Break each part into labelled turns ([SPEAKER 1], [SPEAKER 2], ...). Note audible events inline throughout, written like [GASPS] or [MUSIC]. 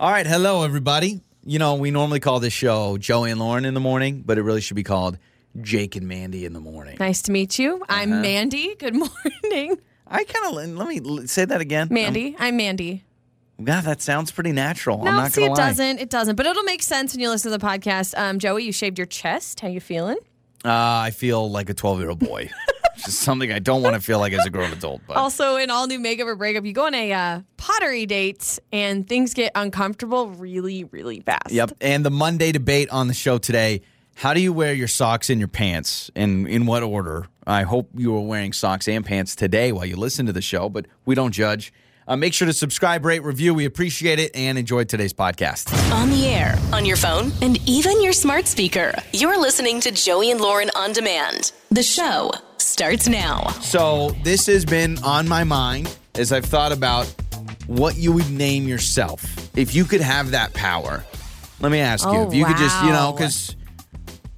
[SPEAKER 1] All right, hello everybody. You know, we normally call this show Joey and Lauren in the morning, but it really should be called Jake and Mandy in the morning.
[SPEAKER 2] Nice to meet you.
[SPEAKER 1] Uh-huh.
[SPEAKER 2] I'm Mandy. Good [LAUGHS] morning.
[SPEAKER 1] I kind of let me l- say that again.
[SPEAKER 2] Mandy. I'm Mandy.
[SPEAKER 1] Um, God, that sounds pretty natural. I'm
[SPEAKER 2] No,
[SPEAKER 1] not
[SPEAKER 2] see,
[SPEAKER 1] gonna
[SPEAKER 2] it
[SPEAKER 1] lie.
[SPEAKER 2] doesn't. It doesn't. But it'll make sense when you listen to the podcast. Um, Joey, you shaved your chest. How you feeling?
[SPEAKER 1] Uh, I feel like a 12 year old boy, [LAUGHS] which is something I don't want to feel like as a grown adult. But
[SPEAKER 2] Also, in all new makeup or breakup, you go on a uh, pottery date, and things get uncomfortable really, really fast.
[SPEAKER 1] yep. And the Monday debate on the show today: How do you wear your socks and your pants, and in what order? I hope you are wearing socks and pants today while you listen to the show, but we don't judge. Uh, make sure to subscribe, rate, review. We appreciate it, and enjoy today's podcast.
[SPEAKER 3] On the air, on your phone, and even your smart speaker. You're listening to Joey and Lauren on demand. The show starts now.
[SPEAKER 1] So this has been on my mind as I've thought about what you would name yourself if you could have that power. Let me ask you
[SPEAKER 2] Oh,
[SPEAKER 1] if you could just, you know,
[SPEAKER 2] wow.
[SPEAKER 1] because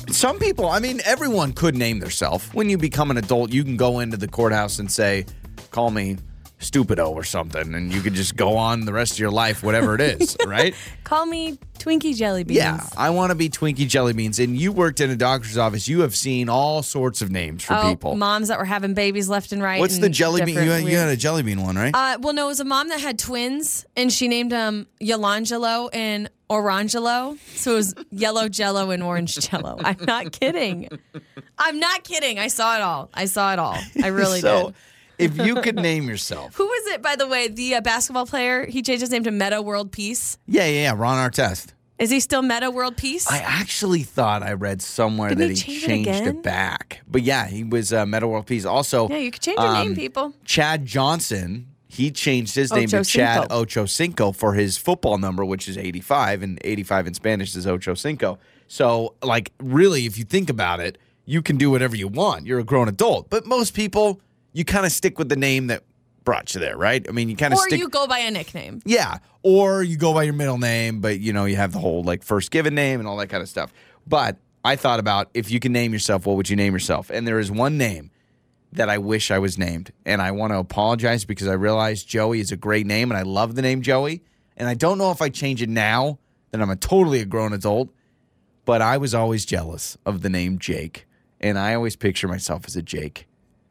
[SPEAKER 1] some people, I mean, everyone could name themselves. When you become an adult, you can go into the courthouse and say, "Call me." Stupido or something, and you could just go on the rest of your life, whatever it
[SPEAKER 2] [LAUGHS]
[SPEAKER 1] is, right?
[SPEAKER 2] Call me Twinkie Jelly Beans.
[SPEAKER 1] Yeah, I want to be Twinkie Jelly Beans. And you worked in a doctor's office. You have seen all sorts of names for
[SPEAKER 2] Oh,
[SPEAKER 1] people.
[SPEAKER 2] moms that were having babies left and right.
[SPEAKER 1] What's the
[SPEAKER 2] and
[SPEAKER 1] jelly bean? You
[SPEAKER 2] different
[SPEAKER 1] had, you had
[SPEAKER 2] weird-
[SPEAKER 1] a jelly bean one, right?
[SPEAKER 2] Uh, well, no, it was a mom that had twins, and she named them Yolangelo and Orangelo. So it
[SPEAKER 1] [LAUGHS]
[SPEAKER 2] was yellow jello and orange jello. I'm not kidding. I'm not kidding. I saw it all. I saw it all. I really
[SPEAKER 1] so
[SPEAKER 2] did.
[SPEAKER 1] if you
[SPEAKER 2] [LAUGHS]
[SPEAKER 1] could name yourself.
[SPEAKER 2] Who was it, by the way? The uh, basketball player. He changed his name to Meta World Peace.
[SPEAKER 1] Yeah, yeah, yeah. Ron Artest.
[SPEAKER 2] Is he still Meta World Peace?
[SPEAKER 1] I actually thought I read somewhere
[SPEAKER 2] Didn't
[SPEAKER 1] that
[SPEAKER 2] he
[SPEAKER 1] he,
[SPEAKER 2] change it
[SPEAKER 1] changed it,
[SPEAKER 2] again?
[SPEAKER 1] back. But yeah, he was uh, Metal World Peace. Also,
[SPEAKER 2] yeah, you could change your name,
[SPEAKER 1] um,
[SPEAKER 2] people.
[SPEAKER 1] Chad Johnson, he changed his name to Chad Ochocinco for his football number, which is 85, and 85 in Spanish is Ochocinco. So, like, really, if you think about it, you can do whatever you want. You're a grown adult. But most people, you kind of stick with the name that brought you there, right? I mean, you kind of
[SPEAKER 2] Or
[SPEAKER 1] stick
[SPEAKER 2] you go by a nickname.
[SPEAKER 1] Yeah. Or you go by your middle name, but you know, you have the whole like first given name and all that kind of stuff. But I thought about if you can name yourself, what would you name yourself? And there is one name that I wish I was named. And I want to apologize because I realize Joey is a great name and I love the name Joey. And I don't know if I change it now that I'm a totally a grown adult, but I was always jealous of the name Jake. And I always picture myself as a Jake.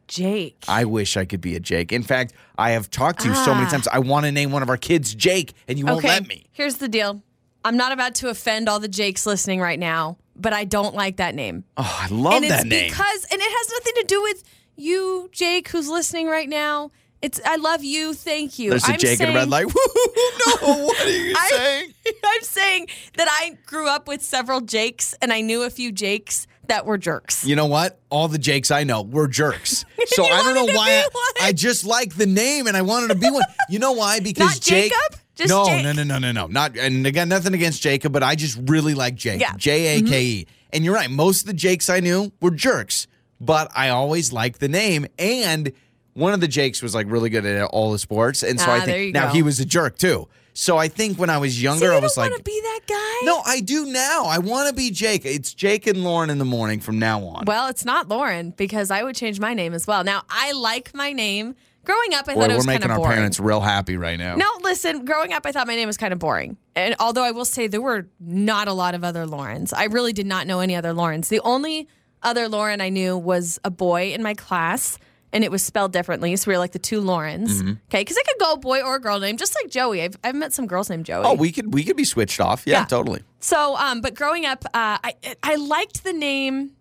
[SPEAKER 2] Jake.
[SPEAKER 1] I wish I could be a Jake. In fact, I have talked to you so many
[SPEAKER 2] Ah.
[SPEAKER 1] times. I want to name one of our kids Jake, and you won't let me.
[SPEAKER 2] Here's the deal. I'm not about to offend all the Jakes listening right now, but I don't like that name.
[SPEAKER 1] Oh, I love
[SPEAKER 2] and
[SPEAKER 1] that
[SPEAKER 2] it's
[SPEAKER 1] name.
[SPEAKER 2] because and it has nothing to do with you, Jake, who's listening right now. It's I love you, thank you.
[SPEAKER 1] There's a
[SPEAKER 2] I'm
[SPEAKER 1] Jake
[SPEAKER 2] saying,
[SPEAKER 1] in red light. [LAUGHS] no, what are you
[SPEAKER 2] [LAUGHS] I-
[SPEAKER 1] saying?
[SPEAKER 2] I'm saying that I grew up with several Jakes and I knew a few Jakes that were jerks.
[SPEAKER 1] You know what? All the Jakes I know were
[SPEAKER 2] [LAUGHS]
[SPEAKER 1] jerks. So I don't
[SPEAKER 2] wanted
[SPEAKER 1] know
[SPEAKER 2] to
[SPEAKER 1] why.
[SPEAKER 2] be one.
[SPEAKER 1] I, I just like the name, and I wanted to be one. You know
[SPEAKER 2] [LAUGHS]
[SPEAKER 1] why? Because
[SPEAKER 2] Not
[SPEAKER 1] Jake.
[SPEAKER 2] Jacob? Just
[SPEAKER 1] no,
[SPEAKER 2] Jake.
[SPEAKER 1] no, no, no, no, no. Not and again, nothing against Jacob, but I just really like Jake.
[SPEAKER 2] Yeah. Mm-hmm.
[SPEAKER 1] J A K E. And you're right. Most of the Jakes I knew were jerks, but I always liked the name. And one of the Jakes was like really good at all the sports, and so
[SPEAKER 2] Ah,
[SPEAKER 1] I think
[SPEAKER 2] there you
[SPEAKER 1] now
[SPEAKER 2] go.
[SPEAKER 1] he was a jerk too. So I think when I was
[SPEAKER 2] See,
[SPEAKER 1] younger,
[SPEAKER 2] you
[SPEAKER 1] I
[SPEAKER 2] don't
[SPEAKER 1] was
[SPEAKER 2] want
[SPEAKER 1] like,
[SPEAKER 2] to be that guy.
[SPEAKER 1] no, I do now. I want to be Jake. It's Jake and Lauren in the morning from now on.
[SPEAKER 2] Well, it's not Lauren because I would change my name as well. Now I like my name. Growing up, I
[SPEAKER 1] Boy,
[SPEAKER 2] thought it
[SPEAKER 1] we're
[SPEAKER 2] was kind
[SPEAKER 1] making
[SPEAKER 2] of
[SPEAKER 1] our
[SPEAKER 2] boring.
[SPEAKER 1] parents real happy right now.
[SPEAKER 2] No, listen, growing up, I thought my name was kind of boring. And although I will say there were not a lot of other Laurens, I really did not know any other Laurens. The only other Lauren I knew was a boy in my class, and it was spelled differently. So we were like the two Laurens. Okay. Because I could go boy or girl name, just like Joey. I've, I've met some girls named Joey.
[SPEAKER 1] Oh, we could we could be switched off. Yeah,
[SPEAKER 2] Yeah.
[SPEAKER 1] totally.
[SPEAKER 2] So, um, but growing up, uh, I I liked the name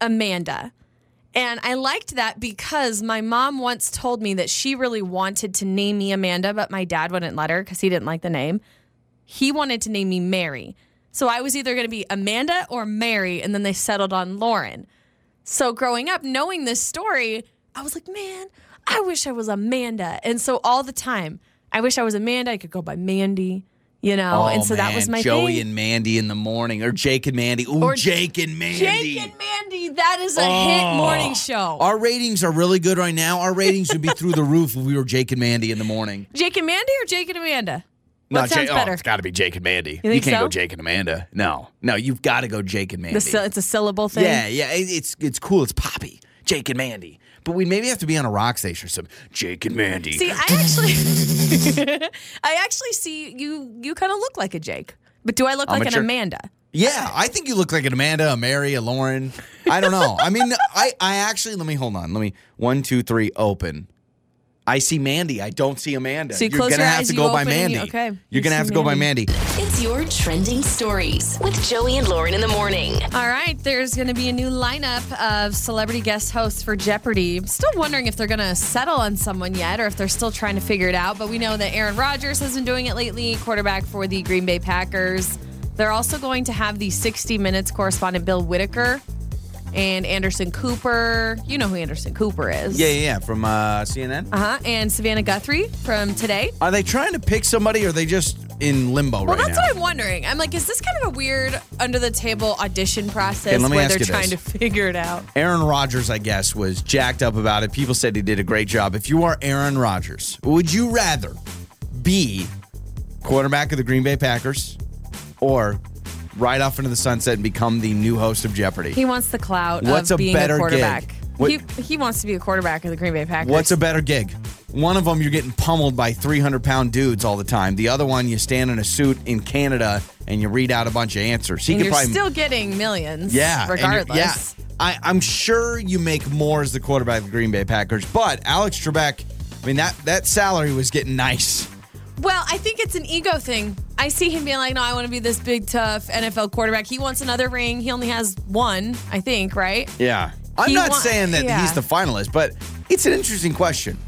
[SPEAKER 2] Amanda, and I liked that because my mom once told me that she really wanted to name me Amanda, but my dad wouldn't let her because he didn't like the name. He wanted to name me Mary, so I was either going to be Amanda or Mary, and then they settled on Lauren. So growing up, knowing this story, I was like, man, I wish I was Amanda. And so all the time, I wish I was Amanda. I could go by Mandy, you know. Oh, and so that was
[SPEAKER 1] Oh, man,
[SPEAKER 2] my
[SPEAKER 1] Joey
[SPEAKER 2] thing.
[SPEAKER 1] and Mandy in the morning, or Jake and Mandy. Ooh,
[SPEAKER 2] Or
[SPEAKER 1] Jake and Mandy.
[SPEAKER 2] Jake and Mandy, that is a
[SPEAKER 1] Oh.
[SPEAKER 2] hit morning show.
[SPEAKER 1] Our ratings are really good right now. Our ratings would be through the roof if we were Jake and Mandy in the morning.
[SPEAKER 2] Jake and Mandy or Jake and Amanda?
[SPEAKER 1] Jake-
[SPEAKER 2] What sounds
[SPEAKER 1] oh,
[SPEAKER 2] better?
[SPEAKER 1] it's got to be Jake and Mandy. You,
[SPEAKER 2] think
[SPEAKER 1] can't
[SPEAKER 2] so?
[SPEAKER 1] go Jake and Amanda. No, no, you've got to go Jake and Mandy.
[SPEAKER 2] The sil- it's a syllable thing.
[SPEAKER 1] yeah, yeah, it- it's it's cool. It's poppy. Jake and Mandy. But we'd maybe have to be on a rock station or something. Jake and Mandy.
[SPEAKER 2] See, I actually, [LAUGHS] I actually see you. You kind of look like a Jake, but do I look
[SPEAKER 1] I'm
[SPEAKER 2] like
[SPEAKER 1] a
[SPEAKER 2] an
[SPEAKER 1] jerk.
[SPEAKER 2] Amanda?
[SPEAKER 1] yeah, I think you look like an Amanda, a Mary, a Lauren. I don't know. I mean, [LAUGHS] I, I actually, let me hold on. Let me, one, two, three, open. I see Mandy. I don't see Amanda.
[SPEAKER 2] So you
[SPEAKER 1] You're
[SPEAKER 2] close
[SPEAKER 1] gonna
[SPEAKER 2] your
[SPEAKER 1] have
[SPEAKER 2] eyes,
[SPEAKER 1] to
[SPEAKER 2] you
[SPEAKER 1] go by
[SPEAKER 2] open and
[SPEAKER 1] Mandy.
[SPEAKER 2] you- okay.
[SPEAKER 1] You're
[SPEAKER 2] You
[SPEAKER 1] gonna
[SPEAKER 2] see
[SPEAKER 1] have to go by Mandy.
[SPEAKER 3] It's your trending stories with Joey and Lauren in the morning.
[SPEAKER 2] All right, there's going to be a new lineup of celebrity guest hosts for Jeopardy. Still wondering if they're going to settle on someone yet or if they're still trying to figure it out. But we know that Aaron Rodgers has been doing it lately, quarterback for the Green Bay Packers. They're also going to have the 60 Minutes correspondent Bill Whitaker and Anderson Cooper. You know who Anderson Cooper is.
[SPEAKER 1] Yeah, yeah, yeah. From uh, CNN.
[SPEAKER 2] Uh huh. And Savannah Guthrie from today.
[SPEAKER 1] Are they trying to pick somebody or are they just in limbo
[SPEAKER 2] Well,
[SPEAKER 1] right
[SPEAKER 2] that's
[SPEAKER 1] now?
[SPEAKER 2] what I'm wondering. I'm like, is this kind of a weird under the table audition process
[SPEAKER 1] Okay, let me
[SPEAKER 2] where
[SPEAKER 1] ask
[SPEAKER 2] they're
[SPEAKER 1] you
[SPEAKER 2] trying
[SPEAKER 1] this.
[SPEAKER 2] to figure it out?
[SPEAKER 1] Aaron Rodgers, I guess, was jacked up about it. People said he did a great job. If you are Aaron Rodgers, would you rather be quarterback of the Green Bay Packers or ride off into the sunset and become the new host of Jeopardy?
[SPEAKER 2] He wants the clout
[SPEAKER 1] What's a
[SPEAKER 2] of being
[SPEAKER 1] better
[SPEAKER 2] a
[SPEAKER 1] gig?
[SPEAKER 2] quarterback.
[SPEAKER 1] What-
[SPEAKER 2] He, he wants to be a quarterback of the Green Bay Packers.
[SPEAKER 1] What's a better gig? One of them, you're getting pummeled by 300 pound dudes all the time. The other one, you stand in a suit in Canada and you read out a bunch of answers. He
[SPEAKER 2] and
[SPEAKER 1] could
[SPEAKER 2] you're
[SPEAKER 1] probably
[SPEAKER 2] still getting millions.
[SPEAKER 1] Yeah. and you're-
[SPEAKER 2] Regardless.
[SPEAKER 1] yeah. I, I'm sure you make more as the quarterback of the Green Bay Packers, but Alex Trebek, I mean that that salary was getting nice.
[SPEAKER 2] Well, I think it's an ego thing. I see him being like, no, I want to be this big, tough NFL quarterback. He wants another ring. He only has one, I think, right?
[SPEAKER 1] Yeah. I'm
[SPEAKER 2] He
[SPEAKER 1] not
[SPEAKER 2] wa-
[SPEAKER 1] saying that
[SPEAKER 2] yeah.
[SPEAKER 1] he's the finalist, but it's an interesting question.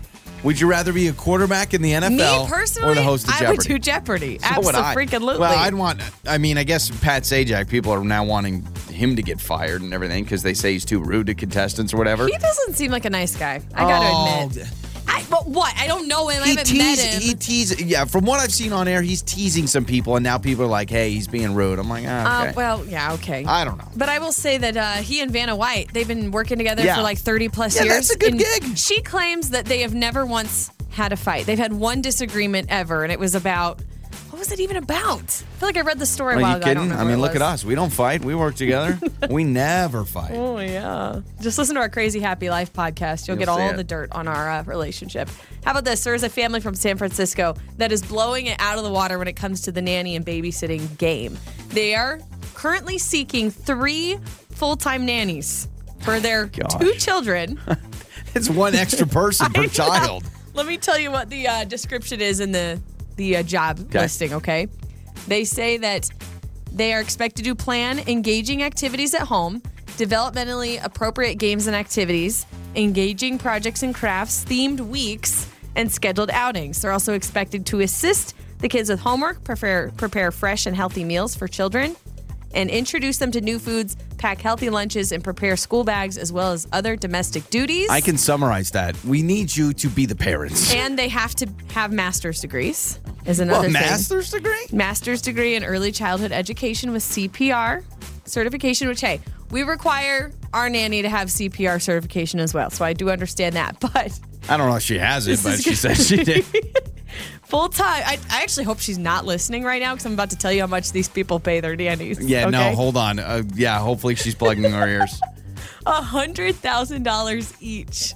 [SPEAKER 1] Would you rather be a quarterback in the NFL
[SPEAKER 2] Me personally,
[SPEAKER 1] or the host of
[SPEAKER 2] I
[SPEAKER 1] Jeopardy?
[SPEAKER 2] would do Jeopardy.
[SPEAKER 1] So would I.
[SPEAKER 2] Absolutely.
[SPEAKER 1] Well, I'd want. I mean, I guess Pat Sajak. People are now wanting him to get fired and everything because they say he's too rude to contestants or whatever.
[SPEAKER 2] He doesn't seem like a nice guy. I got to
[SPEAKER 1] Oh,
[SPEAKER 2] admit. I, but what? I don't know him. I
[SPEAKER 1] he
[SPEAKER 2] haven't met him.
[SPEAKER 1] teased, he teased, yeah. From what I've seen on air, he's teasing some people, and now people are like, "Hey, he's being rude." I'm like, ah, okay.
[SPEAKER 2] Uh, well, yeah, okay.
[SPEAKER 1] I don't know.
[SPEAKER 2] But I will say that uh, he and Vanna White, they've been working together
[SPEAKER 1] Yeah.
[SPEAKER 2] for like 30 plus
[SPEAKER 1] Yeah,
[SPEAKER 2] years.
[SPEAKER 1] that's a good
[SPEAKER 2] and
[SPEAKER 1] gig.
[SPEAKER 2] She claims that they have never once had a fight. They've had one disagreement ever, and it was about what was it even about? I feel like I read the story a
[SPEAKER 1] Are
[SPEAKER 2] while
[SPEAKER 1] you
[SPEAKER 2] ago.
[SPEAKER 1] kidding?
[SPEAKER 2] I, don't
[SPEAKER 1] I,
[SPEAKER 2] remember
[SPEAKER 1] mean,
[SPEAKER 2] what
[SPEAKER 1] look
[SPEAKER 2] it
[SPEAKER 1] at
[SPEAKER 2] was.
[SPEAKER 1] us. We don't fight. We work together.
[SPEAKER 2] [LAUGHS]
[SPEAKER 1] we never fight.
[SPEAKER 2] Oh, yeah. Just listen to our Crazy Happy Life podcast. You'll,
[SPEAKER 1] You'll
[SPEAKER 2] get
[SPEAKER 1] see
[SPEAKER 2] all
[SPEAKER 1] it.
[SPEAKER 2] the dirt on our uh, relationship. How about this? There is a family from San Francisco that is blowing it out of the water when it comes to the nanny and babysitting game. They are currently seeking three full time nannies for their
[SPEAKER 1] Gosh.
[SPEAKER 2] two children.
[SPEAKER 1] It's one extra
[SPEAKER 2] [LAUGHS]
[SPEAKER 1] person per child.
[SPEAKER 2] Let me tell you what the uh, description is in the the uh, job listing. Okay, they say that they are expected to plan engaging activities at home, developmentally appropriate games and activities, engaging projects and crafts, themed weeks, and scheduled outings. They're also expected to assist the kids with homework, prepare prepare fresh and healthy meals for children. And introduce them to new foods, pack healthy lunches, and prepare school bags as well as other domestic duties
[SPEAKER 1] I can summarize that. We need you to be the parents.
[SPEAKER 2] and they have to have master's degrees is another
[SPEAKER 1] A
[SPEAKER 2] thing.
[SPEAKER 1] master's degree?
[SPEAKER 2] master's degree in early childhood education with CPR certification. Which hey, we require our nanny to have CPR certification as well. So I do understand that, [LAUGHS] but
[SPEAKER 1] I don't know if she has it, but
[SPEAKER 2] is
[SPEAKER 1] she says she
[SPEAKER 2] [LAUGHS]
[SPEAKER 1] did.
[SPEAKER 2] full time. I, I actually hope she's not listening right now because I'm about to tell you how much these people pay their nannies.
[SPEAKER 1] Yeah, no,
[SPEAKER 2] okay?
[SPEAKER 1] hold on. Uh, yeah, hopefully she's plugging our ears.
[SPEAKER 2] hundred thousand dollars each.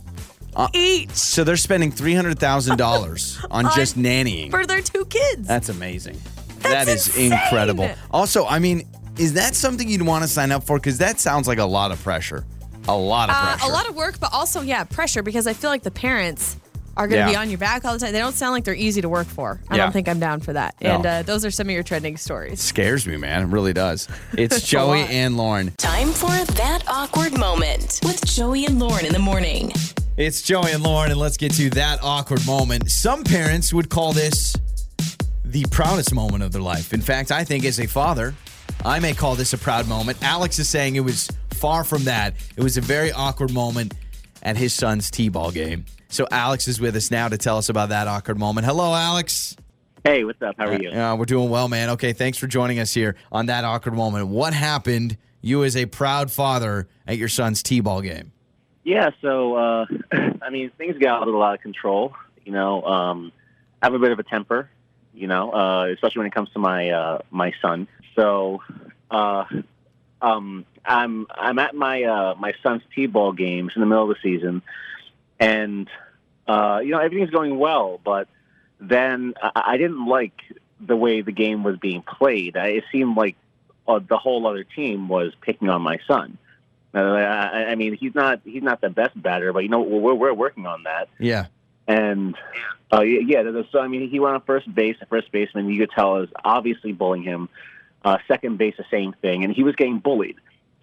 [SPEAKER 1] Uh,
[SPEAKER 2] each
[SPEAKER 1] So they're spending three hundred thousand dollars on just nannying.
[SPEAKER 2] for their two kids.
[SPEAKER 1] That's amazing.
[SPEAKER 2] That's
[SPEAKER 1] That is
[SPEAKER 2] insane.
[SPEAKER 1] incredible. Also, I mean, is that something you'd want to sign up for? Because that sounds like a lot of pressure. A lot of
[SPEAKER 2] Uh,
[SPEAKER 1] pressure.
[SPEAKER 2] a lot of work, but also, yeah, pressure because I feel like the parents are going to
[SPEAKER 1] Yeah.
[SPEAKER 2] be on your back all the time. They don't sound like they're easy to work for. I
[SPEAKER 1] Yeah.
[SPEAKER 2] don't think I'm down for that.
[SPEAKER 1] No.
[SPEAKER 2] And uh, those are some of your trending stories.
[SPEAKER 1] scares me, man. It really does.
[SPEAKER 2] [LAUGHS]
[SPEAKER 1] It's Joey
[SPEAKER 2] lot.
[SPEAKER 1] and Lauren.
[SPEAKER 3] Time for that awkward moment with Joey and Lauren in the morning.
[SPEAKER 1] It's Joey and Lauren, and let's get to that awkward moment. Some parents would call this the proudest moment of their life. In fact, I think as a father, I may call this a proud moment. Alex is saying it was far from that. It was a very awkward moment at his son's T ball game. So Alex is with us now to tell us about that awkward moment. Hello, Alex.
[SPEAKER 4] Hey, what's up? How are you?
[SPEAKER 1] Uh, we're doing well, man. Okay, thanks for joining us here on that awkward moment. What happened, you as a proud father, at your son's T ball game?
[SPEAKER 4] Yeah, so uh, [CLEARS THROAT] I mean, things got a little out of control. You know, um, I have a bit of a temper. You know, uh, especially when it comes to my uh, my son. So uh, um, I'm I'm at my uh, my son's t-ball games in the middle of the season, and uh, you know everything's going well, but then I, I didn't like the way the game was being played. I, it seemed like uh, the whole other team was picking on my son. Uh, I, I mean, he's not he's not the best batter, but you know we're we're working on that.
[SPEAKER 1] Yeah.
[SPEAKER 4] And uh, yeah, yeah, there was- so I mean, he went on first base. The first baseman, you could tell, is obviously bullying him. Uh, second base, the same thing, and he was getting bullied.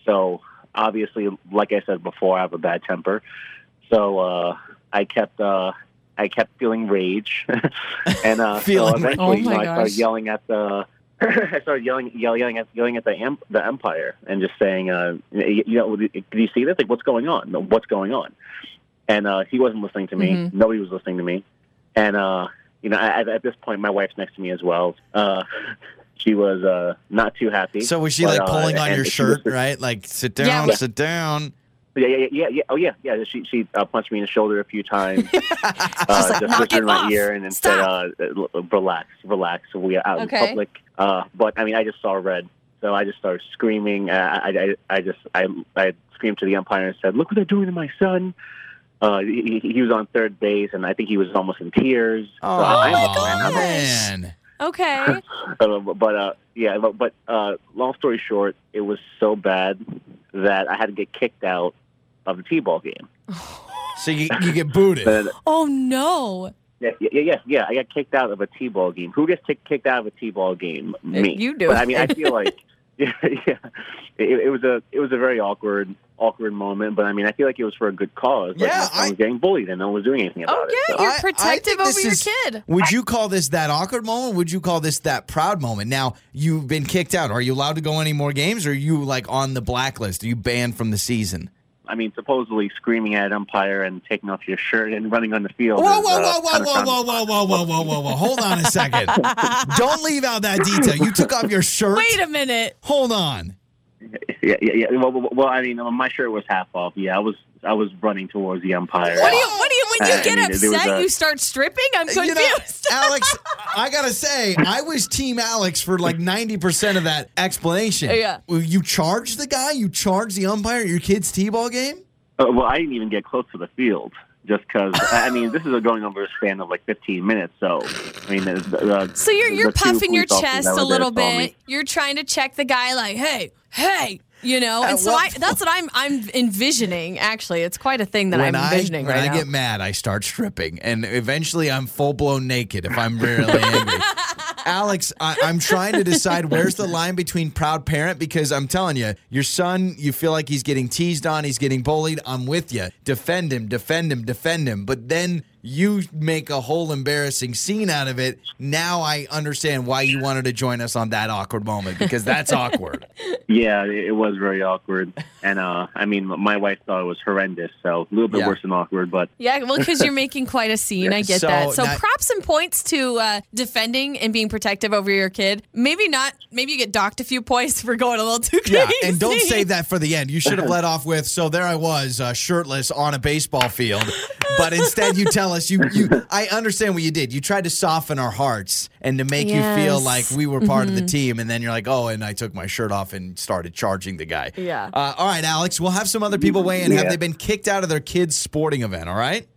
[SPEAKER 4] So obviously, like I said before, I have a bad temper. So uh, I kept uh, I kept feeling rage, [LAUGHS] and
[SPEAKER 5] [LAUGHS]
[SPEAKER 4] uh,
[SPEAKER 1] Feeling
[SPEAKER 4] so
[SPEAKER 1] rage.
[SPEAKER 4] eventually,
[SPEAKER 5] Oh,
[SPEAKER 4] you know,
[SPEAKER 5] my
[SPEAKER 4] I started
[SPEAKER 5] gosh.
[SPEAKER 4] yelling at the. [LAUGHS] I started yelling, yell, yelling at yelling at the em- the umpire and just saying, uh, you know, do you see this? Like, what's going on? What's going on? and uh, he wasn't listening to me.
[SPEAKER 2] Mhm.
[SPEAKER 4] Nobody was listening to me, and uh, you know, at, at this point, my wife's next to me as well. Uh, she was uh, not too happy.
[SPEAKER 1] So was she
[SPEAKER 4] but,
[SPEAKER 1] like
[SPEAKER 4] uh,
[SPEAKER 1] pulling on
[SPEAKER 4] and
[SPEAKER 1] your
[SPEAKER 4] she
[SPEAKER 1] shirt,
[SPEAKER 4] was-
[SPEAKER 1] right? Like sit
[SPEAKER 2] Yeah.
[SPEAKER 1] down,
[SPEAKER 2] Yeah.
[SPEAKER 1] sit down.
[SPEAKER 4] Yeah, yeah, yeah, yeah, yeah. Oh, yeah, yeah. She she uh, punched me in the shoulder a few
[SPEAKER 5] [LAUGHS]
[SPEAKER 4] times, uh,
[SPEAKER 5] like,
[SPEAKER 4] just [LAUGHS]
[SPEAKER 5] "Knock
[SPEAKER 4] whispered
[SPEAKER 5] it
[SPEAKER 4] in my
[SPEAKER 5] off.
[SPEAKER 4] ear, and then said, uh, l- "Relax, relax. We are out
[SPEAKER 2] Okay.
[SPEAKER 4] in public." Uh, but I mean, I just saw red, so I just started screaming. I, I, I- I just I, I screamed to the umpire and said, "Look what they're doing to my son." Uh, he, he- he was on third base, and I think he was almost in tears. So Oh,
[SPEAKER 5] Oh,
[SPEAKER 4] I- I'm a fan. I'm a
[SPEAKER 1] man.
[SPEAKER 2] Okay.
[SPEAKER 4] uh, but uh, yeah, but, but uh, long story short, it was so bad that I had to get kicked out of the t-ball game.
[SPEAKER 1] So you, you get booted.
[SPEAKER 2] [LAUGHS]
[SPEAKER 4] But uh,
[SPEAKER 2] Oh no.
[SPEAKER 4] yeah, yeah, yeah, yeah, I got kicked out of a t-ball game. Who gets t- kicked out of a t-ball game? Me.
[SPEAKER 2] You do.
[SPEAKER 4] But I mean, I
[SPEAKER 1] [LAUGHS]
[SPEAKER 4] feel like [LAUGHS] yeah, yeah. It, it was a it was a very awkward awkward moment. But I mean, I feel like it was for a good cause. Like,
[SPEAKER 1] Yeah,
[SPEAKER 4] my son
[SPEAKER 1] I-
[SPEAKER 4] was getting bullied, and no one was doing anything about
[SPEAKER 2] Oh
[SPEAKER 4] it.
[SPEAKER 2] yeah,
[SPEAKER 4] so-
[SPEAKER 1] I-
[SPEAKER 2] you're
[SPEAKER 1] I
[SPEAKER 2] protective
[SPEAKER 1] think
[SPEAKER 2] over
[SPEAKER 1] this
[SPEAKER 2] your
[SPEAKER 1] is-
[SPEAKER 2] kid.
[SPEAKER 1] Would you call this that awkward moment? Would you call this that proud moment? Now you've been kicked out. Are you allowed to go any more games? Or are you like on the blacklist? Are you banned from the season?
[SPEAKER 4] I mean, supposedly screaming at an umpire and taking off your shirt and running on the field.
[SPEAKER 1] Whoa,
[SPEAKER 4] is,
[SPEAKER 1] whoa,
[SPEAKER 4] uh,
[SPEAKER 1] whoa, whoa,
[SPEAKER 4] kinda
[SPEAKER 1] whoa,
[SPEAKER 4] sounds-
[SPEAKER 1] whoa, whoa, whoa, whoa, whoa, whoa, whoa. Hold on a
[SPEAKER 4] [LAUGHS]
[SPEAKER 1] second. Don't leave out that detail. You took off your shirt.
[SPEAKER 2] Wait a minute.
[SPEAKER 1] Hold on.
[SPEAKER 4] Yeah, yeah, yeah. Well, well, well, I mean, uh, my shirt was half off. Yeah, I was, I was running towards the umpire.
[SPEAKER 2] What do you? What do you? When you
[SPEAKER 4] I
[SPEAKER 2] get
[SPEAKER 4] mean, there was
[SPEAKER 2] upset,
[SPEAKER 4] a-
[SPEAKER 2] you start stripping.
[SPEAKER 1] [LAUGHS]
[SPEAKER 2] I'm
[SPEAKER 1] You
[SPEAKER 2] confused. [LAUGHS]
[SPEAKER 1] know, Alex, I gotta say, I was Team Alex for like ninety percent of that explanation.
[SPEAKER 2] Yeah.
[SPEAKER 1] Well, You charge the guy, you charge the umpire at your kid's t-ball game.
[SPEAKER 4] Uh, well, I didn't even get close to the field just because. I I mean, this is going over a span of like 15 minutes. So, I mean, the, the, uh,
[SPEAKER 2] so you're
[SPEAKER 4] the
[SPEAKER 2] you're
[SPEAKER 4] two
[SPEAKER 2] puffing your
[SPEAKER 4] police officers
[SPEAKER 2] chest
[SPEAKER 4] that
[SPEAKER 2] a
[SPEAKER 4] were there
[SPEAKER 2] little
[SPEAKER 4] saw
[SPEAKER 2] bit.
[SPEAKER 4] me.
[SPEAKER 2] You're trying to check the guy, like, hey, hey, you know. And so
[SPEAKER 1] what
[SPEAKER 2] I, that's what I'm I'm envisioning. Actually, it's quite a thing that
[SPEAKER 1] when
[SPEAKER 2] I'm
[SPEAKER 1] I
[SPEAKER 2] envisioning
[SPEAKER 1] when
[SPEAKER 2] right
[SPEAKER 1] I
[SPEAKER 2] now.
[SPEAKER 1] get mad, I start stripping, and eventually I'm full blown naked if I'm
[SPEAKER 2] [LAUGHS]
[SPEAKER 1] really angry. Alex, I, I'm trying to decide where's the line between proud parent because I'm telling you, your son, you feel like he's getting teased on, he's getting bullied. I'm with you. Defend him, defend him, defend him. But then you make a whole embarrassing scene out of it. Now I understand why you wanted to join us on that awkward moment because
[SPEAKER 2] [LAUGHS]
[SPEAKER 1] that's awkward.
[SPEAKER 4] Yeah, it it was very awkward. And uh, I mean, my wife thought it was horrendous. So, a little bit
[SPEAKER 1] Yeah.
[SPEAKER 4] worse than awkward, but
[SPEAKER 2] Yeah, well, because you're making quite a scene. I get
[SPEAKER 1] So
[SPEAKER 2] that. So
[SPEAKER 1] now-
[SPEAKER 2] props and points to uh, defending and being protective over your kid. Maybe not. Maybe you get docked a few points for going a little too crazy.
[SPEAKER 1] Yeah, and don't save that for the end. You
[SPEAKER 2] [LAUGHS]
[SPEAKER 1] should have let off with, "So there I was, uh, shirtless on a baseball field," but instead you tell us you, you.
[SPEAKER 2] [LAUGHS]
[SPEAKER 1] I understand what you did. You tried to soften our hearts and to make you feel
[SPEAKER 2] Yes. Mm-hmm.
[SPEAKER 1] like we were part of the team, and then you're like, "Oh," and I took my shirt off and started charging the guy.
[SPEAKER 2] Yeah. Mm-hmm.
[SPEAKER 1] Uh, all right, Alex. We'll have some other people weigh in. Have
[SPEAKER 4] Yeah.
[SPEAKER 1] they been kicked out of their kids' sporting event? All right.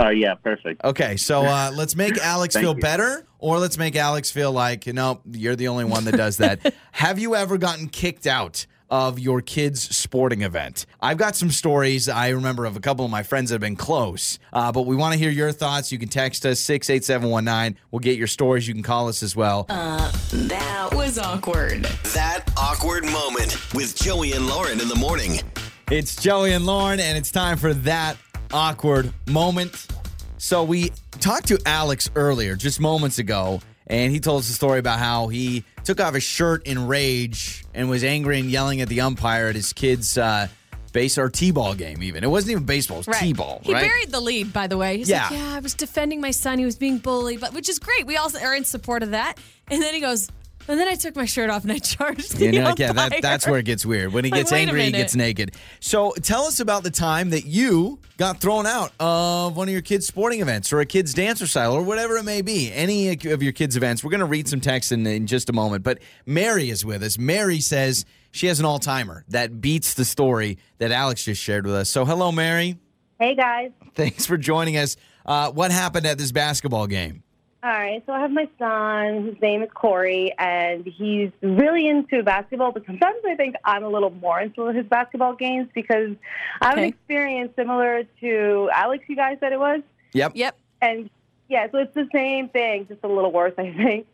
[SPEAKER 4] uh, yeah, perfect.
[SPEAKER 1] Okay, so uh, let's
[SPEAKER 4] [LAUGHS]
[SPEAKER 1] make Alex
[SPEAKER 4] Thank
[SPEAKER 1] feel
[SPEAKER 4] you.
[SPEAKER 1] better, or let's make Alex feel like, you know, you're the only one that does
[SPEAKER 4] [LAUGHS]
[SPEAKER 1] that. Have you ever gotten kicked out of your kid's sporting event? I've got some stories I remember of a couple of my friends that have been close, uh, but we want to hear your thoughts. You can text us 68719. We'll get your stories. You can call us as well.
[SPEAKER 3] That was awkward.
[SPEAKER 6] That awkward moment with Joey and Lauren in the morning.
[SPEAKER 1] It's Joey and Lauren, and it's time for that awkward moment. So we talked to Alex earlier, just moments ago, and he told us a story about how he took off his shirt in rage and was angry and yelling at the umpire at his kid's uh, base or t-ball game. Even it wasn't even baseball; it was
[SPEAKER 2] [LAUGHS] Right.
[SPEAKER 1] t-ball.
[SPEAKER 2] He
[SPEAKER 1] right?
[SPEAKER 2] buried the lead, by the way. He's like,
[SPEAKER 1] Yeah.
[SPEAKER 2] yeah, I was defending my son. He was being bullied, but which is great. We all are in support of that. And then he goes, And then I took my shirt off and I charged the
[SPEAKER 1] You know, uh, yeah,
[SPEAKER 2] umpire.
[SPEAKER 1] that, that's where it gets weird. When he
[SPEAKER 2] Like,
[SPEAKER 1] gets
[SPEAKER 2] wait a
[SPEAKER 1] angry, he
[SPEAKER 2] minute.
[SPEAKER 1] gets naked. So tell us about the time that you got thrown out of one of your kids' sporting events or a kids' dance recital or whatever it may be. Any of your kids' events. We're going to read some texts in, in just a moment. But Mary is with us. Mary says she has an all timer that beats the story that Alex just shared with us. So hello, Mary.
[SPEAKER 5] Hey guys.
[SPEAKER 1] Thanks for joining us. Uh, what happened at this basketball game?
[SPEAKER 5] All right, so I have my son. His name is Corey, and he's really into basketball. But sometimes I think I'm a little more into his basketball games because I have an
[SPEAKER 2] Okay.
[SPEAKER 5] experience similar to Alex. You guys said it was.
[SPEAKER 1] Yep.
[SPEAKER 2] Yep.
[SPEAKER 5] And yeah, so it's the same thing, just a little worse, I think.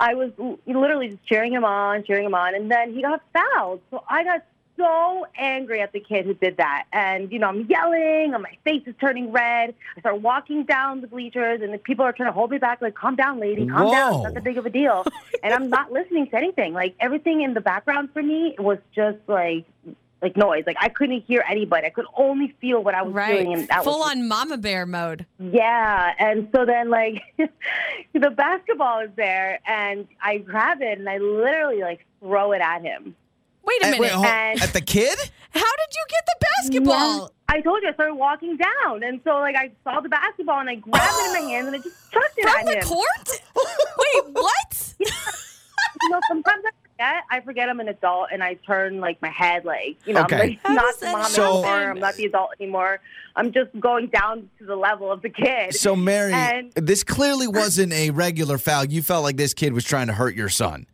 [SPEAKER 5] I was l- literally just cheering him on, cheering him on, and then he got fouled. So I got so angry at the kid who did that. And, you know, I'm yelling, and my face is turning red. I start walking down the bleachers, and the people are trying to hold me back, like, calm down, lady, calm down.
[SPEAKER 1] Whoa.
[SPEAKER 5] It's not that big of a deal. and I'm not listening to anything. Like, everything in the background for me was just like, like noise. Like I couldn't hear anybody. I could only feel what I was
[SPEAKER 2] Right.
[SPEAKER 5] feeling. And that
[SPEAKER 2] Full
[SPEAKER 5] was
[SPEAKER 2] on mama bear mode.
[SPEAKER 5] yeah, and so then like [LAUGHS] the basketball is there, and I grab it and I literally like throw it at him.
[SPEAKER 2] Wait a
[SPEAKER 1] At,
[SPEAKER 2] minute.
[SPEAKER 1] wait, hold-
[SPEAKER 5] And-
[SPEAKER 1] at the kid?
[SPEAKER 2] How did you get the basketball?
[SPEAKER 5] I told you I started walking down, and so like I saw the basketball and I grabbed it in
[SPEAKER 2] [GASPS]
[SPEAKER 5] my hands and I just chucked it
[SPEAKER 2] From
[SPEAKER 5] at
[SPEAKER 2] the
[SPEAKER 5] him.
[SPEAKER 2] court? [LAUGHS] Wait, what?
[SPEAKER 5] You know, sometimes I forget. I forget I'm an adult, and I turn like my head, like you know,
[SPEAKER 1] Okay.
[SPEAKER 5] I'm like
[SPEAKER 2] How
[SPEAKER 5] not
[SPEAKER 2] does
[SPEAKER 5] the
[SPEAKER 2] that
[SPEAKER 5] mom
[SPEAKER 1] So-
[SPEAKER 5] anymore. I'm not the adult anymore. I'm just going down to the level of the kid.
[SPEAKER 1] So, Mary,
[SPEAKER 5] And-
[SPEAKER 1] this
[SPEAKER 5] [LAUGHS]
[SPEAKER 1] clearly wasn't a regular foul. You felt like this kid was trying to hurt your son.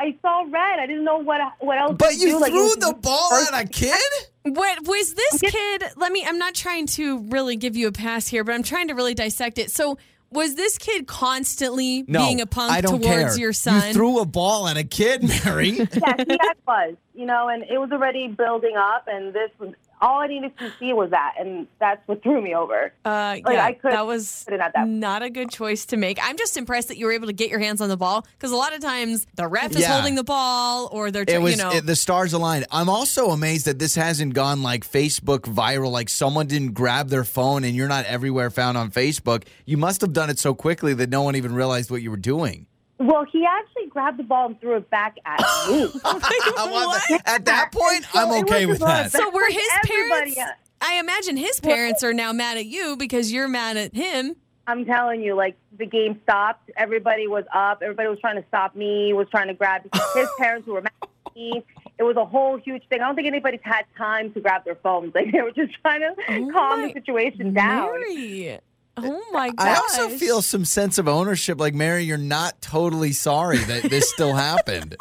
[SPEAKER 5] I saw red. I didn't know what what else.
[SPEAKER 1] But
[SPEAKER 5] to
[SPEAKER 1] you
[SPEAKER 5] do. Like, it
[SPEAKER 1] threw
[SPEAKER 5] was
[SPEAKER 1] the
[SPEAKER 5] just
[SPEAKER 1] ball
[SPEAKER 5] first
[SPEAKER 1] at a kid?
[SPEAKER 2] What was this
[SPEAKER 5] Yeah.
[SPEAKER 2] kid? Let me. I'm not trying to really give you a pass here, but I'm trying to really dissect it. So, was this kid constantly
[SPEAKER 1] No.
[SPEAKER 2] being a punk
[SPEAKER 1] I don't
[SPEAKER 2] towards
[SPEAKER 1] care.
[SPEAKER 2] your son?
[SPEAKER 1] You threw a ball at a kid,
[SPEAKER 5] [LAUGHS]
[SPEAKER 1] Mary.
[SPEAKER 5] yes, he had was, you know, and it was already building up, and this was all I needed to see was that, and that's what threw me over.
[SPEAKER 2] Uh,
[SPEAKER 5] Like,
[SPEAKER 2] yeah,
[SPEAKER 5] I could-
[SPEAKER 2] that was
[SPEAKER 5] couldn't at that point.
[SPEAKER 2] not a good choice to make. I'm just impressed that you were able to get your hands on the ball because a lot of times the ref is
[SPEAKER 1] Yeah.
[SPEAKER 2] holding the ball or they're, tr-
[SPEAKER 1] It was
[SPEAKER 2] you know,
[SPEAKER 1] it- the stars aligned. I'm also amazed that this hasn't gone like Facebook viral. Like someone didn't grab their phone, and you're not everywhere found on Facebook. You must have done it so quickly that no one even realized what you were
[SPEAKER 2] [LAUGHS]
[SPEAKER 1] doing.
[SPEAKER 5] Well, he actually grabbed the ball and threw it back at me.
[SPEAKER 1] [LAUGHS] I want
[SPEAKER 2] What?
[SPEAKER 1] that- At that point,
[SPEAKER 5] So
[SPEAKER 1] I'm
[SPEAKER 5] it
[SPEAKER 1] okay
[SPEAKER 5] was
[SPEAKER 1] with
[SPEAKER 5] just
[SPEAKER 1] that.
[SPEAKER 2] So were his
[SPEAKER 5] Everybody-
[SPEAKER 2] parents? I imagine his parents are now mad at you because you're mad at him.
[SPEAKER 5] I'm telling you, like the game stopped. Everybody was up. Everybody was trying to stop me. Was trying to grab
[SPEAKER 2] [LAUGHS]
[SPEAKER 5] his parents who were mad at me. It was a whole huge thing. I don't think anybody's had time to grab their phones. [LAUGHS] Like they were just trying to
[SPEAKER 2] Oh
[SPEAKER 5] calm
[SPEAKER 2] my-
[SPEAKER 5] the situation down.
[SPEAKER 2] Mary. Oh my god.
[SPEAKER 1] I also feel some sense of ownership. Like Mary, you're not totally sorry that this
[SPEAKER 2] [LAUGHS]
[SPEAKER 1] still happened.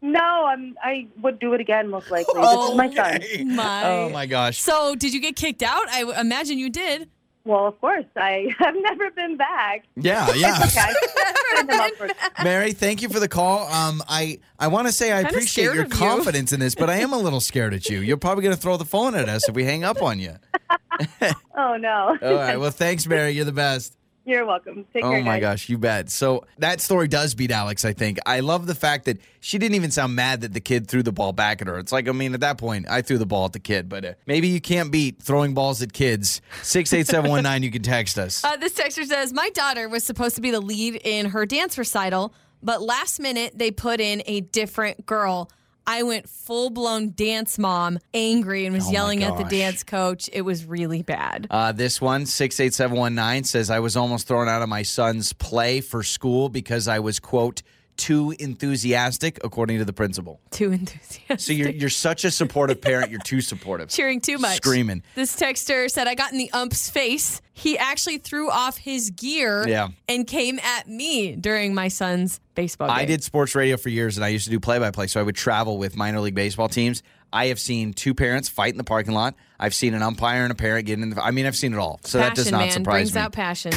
[SPEAKER 5] No, I'm. I would do it again, most likely. this
[SPEAKER 2] [LAUGHS]
[SPEAKER 5] is Oh, my son.
[SPEAKER 1] Okay.
[SPEAKER 2] My-
[SPEAKER 1] Oh my gosh.
[SPEAKER 2] So, did you get kicked out? I w- imagine you did.
[SPEAKER 5] Well, of course, I [LAUGHS] have never been back.
[SPEAKER 1] Yeah, yeah.
[SPEAKER 5] Okay, I [LAUGHS] turned them up for-
[SPEAKER 1] Mary, thank you for the call. Um, I I want to say I
[SPEAKER 2] Kinda
[SPEAKER 1] appreciate
[SPEAKER 2] scared
[SPEAKER 1] your
[SPEAKER 2] of you.
[SPEAKER 1] confidence in this, but I am a little scared at you. You're probably going to throw the phone at us if we hang up on you.
[SPEAKER 5] oh no,
[SPEAKER 1] All right. Well, thanks, Mary. You're the best.
[SPEAKER 5] [LAUGHS] you're welcome. Take care,
[SPEAKER 1] Oh my
[SPEAKER 5] guys.
[SPEAKER 1] gosh, you bet. So that story does beat Alex. I think I love the fact that she didn't even sound mad that the kid threw the ball back at her. It's like I mean, at that point, I threw the ball at the kid, but uh, maybe you can't beat throwing balls at kids. Six eight seven one nine. You can text us.
[SPEAKER 2] Uh, this texter says my daughter was supposed to be the lead in her dance recital, but last minute they put in a different girl. I went full blown dance mom, angry, and was
[SPEAKER 1] Oh my
[SPEAKER 2] yelling at the
[SPEAKER 1] gosh.
[SPEAKER 2] dance coach. It was really bad. [LAUGHS]
[SPEAKER 1] Uh, this one, 68719, says, I was almost thrown out of my son's play for school because I was, quote, too enthusiastic, according to the principal.
[SPEAKER 2] Too
[SPEAKER 1] [LAUGHS]
[SPEAKER 2] enthusiastic.
[SPEAKER 1] So you're, you're such a supportive parent, you're too supportive.
[SPEAKER 2] cheering too much.
[SPEAKER 1] Screaming.
[SPEAKER 2] This texter said, I got in the ump's face. He actually threw off his gear
[SPEAKER 1] Yeah.
[SPEAKER 2] and came at me during my son's baseball game.
[SPEAKER 1] I did sports radio for years and I used to do play by play. So I would travel with minor league baseball teams. I have seen two parents fight in the parking lot. I've seen an umpire and a parent get in the. I mean, I've seen it all. So that does
[SPEAKER 2] Passion,
[SPEAKER 1] not
[SPEAKER 2] man.
[SPEAKER 1] surprise
[SPEAKER 2] Brings
[SPEAKER 1] me.
[SPEAKER 2] out passion.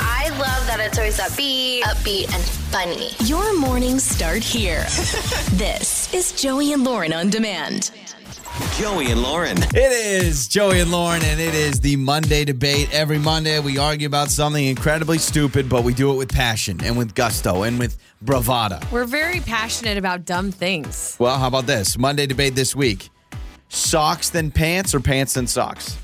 [SPEAKER 7] I love that it's always upbeat, upbeat, and funny.
[SPEAKER 3] Your mornings start [LAUGHS] here. this is Joey and Lauren on demand.
[SPEAKER 6] Joey and Lauren.
[SPEAKER 1] It is Joey and Lauren, and it is the Monday debate. Every Monday, we argue about something incredibly stupid, but we do it with passion and with gusto and with bravado.
[SPEAKER 2] We're very passionate about dumb things.
[SPEAKER 1] Well, how about this? Monday debate this week socks, then pants, or pants, then socks?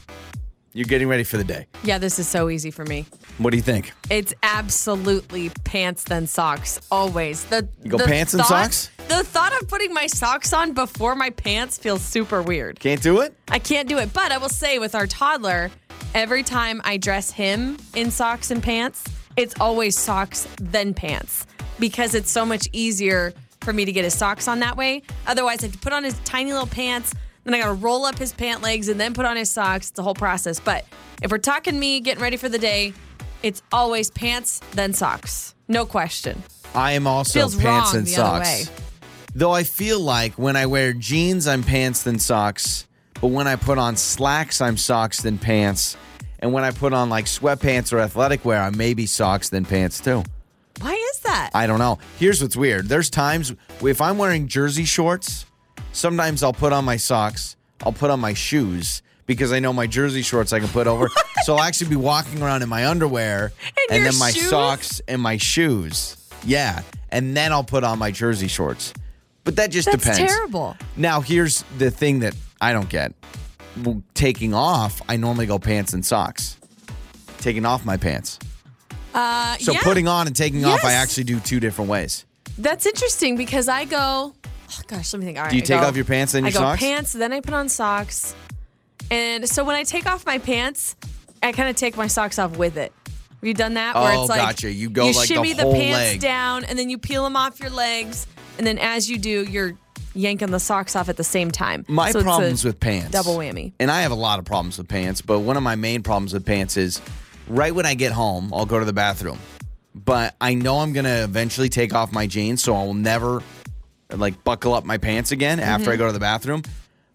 [SPEAKER 8] You're getting ready for the day.
[SPEAKER 2] Yeah, this is so easy for me.
[SPEAKER 8] What do you think?
[SPEAKER 2] It's absolutely pants then socks always. The
[SPEAKER 8] You go
[SPEAKER 2] the
[SPEAKER 8] pants and
[SPEAKER 2] thought-
[SPEAKER 8] socks?
[SPEAKER 2] The thought of putting my socks on before my pants feels super weird.
[SPEAKER 8] Can't do it?
[SPEAKER 2] I can't do it. But I will say, with our toddler, every time I dress him in socks and pants, it's always socks then pants because it's so much easier for me to get his socks on that way. Otherwise, I have to put on his tiny little pants, then I got to roll up his pant legs and then put on his socks. It's a whole process. But if we're talking me getting ready for the day, it's always pants then socks. No question.
[SPEAKER 1] I am also
[SPEAKER 2] Feels
[SPEAKER 1] pants
[SPEAKER 2] wrong
[SPEAKER 1] and
[SPEAKER 2] the other
[SPEAKER 1] socks.
[SPEAKER 2] way.
[SPEAKER 1] Though I feel like when I wear jeans, I'm pants then socks. But when I put on slacks, I'm socks then pants. And when I put on like sweatpants or athletic wear, I may be socks then pants too.
[SPEAKER 2] Why is that?
[SPEAKER 1] I don't know. Here's what's weird. There's times if I'm wearing jersey shorts, sometimes I'll put on my socks, I'll put on my shoes because I know my jersey shorts I can put
[SPEAKER 2] [LAUGHS]
[SPEAKER 1] over. so I'll actually be walking around in my underwear and,
[SPEAKER 2] your
[SPEAKER 1] then my
[SPEAKER 2] shoes?
[SPEAKER 1] socks and my shoes. Yeah. And then I'll put on my jersey shorts. But that just
[SPEAKER 2] That's
[SPEAKER 1] depends.
[SPEAKER 2] terrible.
[SPEAKER 1] Now, here's the thing that I don't get. Well, Taking off, I normally go pants and socks. Taking off my pants.
[SPEAKER 2] Uh,
[SPEAKER 1] So
[SPEAKER 2] yeah.
[SPEAKER 1] putting on and taking off, I
[SPEAKER 2] Yes.
[SPEAKER 1] actually do two different ways.
[SPEAKER 2] That's interesting because I go, oh gosh, let me think. All right,
[SPEAKER 1] you
[SPEAKER 2] I
[SPEAKER 1] take
[SPEAKER 2] go-
[SPEAKER 1] off your pants, then
[SPEAKER 2] I
[SPEAKER 1] your
[SPEAKER 2] go
[SPEAKER 1] socks?
[SPEAKER 2] pants, then I put on socks, and so when I take off my pants, I kind of take my socks off with it. Have you done that? Where
[SPEAKER 1] Oh,
[SPEAKER 2] it's like
[SPEAKER 1] gotcha. You go like the
[SPEAKER 2] shimmy the,
[SPEAKER 1] whole
[SPEAKER 2] pants
[SPEAKER 1] leg.
[SPEAKER 2] down, and then you peel them off your legs, and then as you do, you're yanking the socks off at the same time.
[SPEAKER 1] My
[SPEAKER 2] So it's a
[SPEAKER 1] problems with pants.
[SPEAKER 2] double whammy.
[SPEAKER 1] And I have a lot of problems with pants, but one of my main problems with pants is right when I get home, I'll go to the bathroom. But I know I'm going to eventually take off my jeans, so I will never like buckle up my pants again after
[SPEAKER 2] Mm-hmm.
[SPEAKER 1] I go to the bathroom.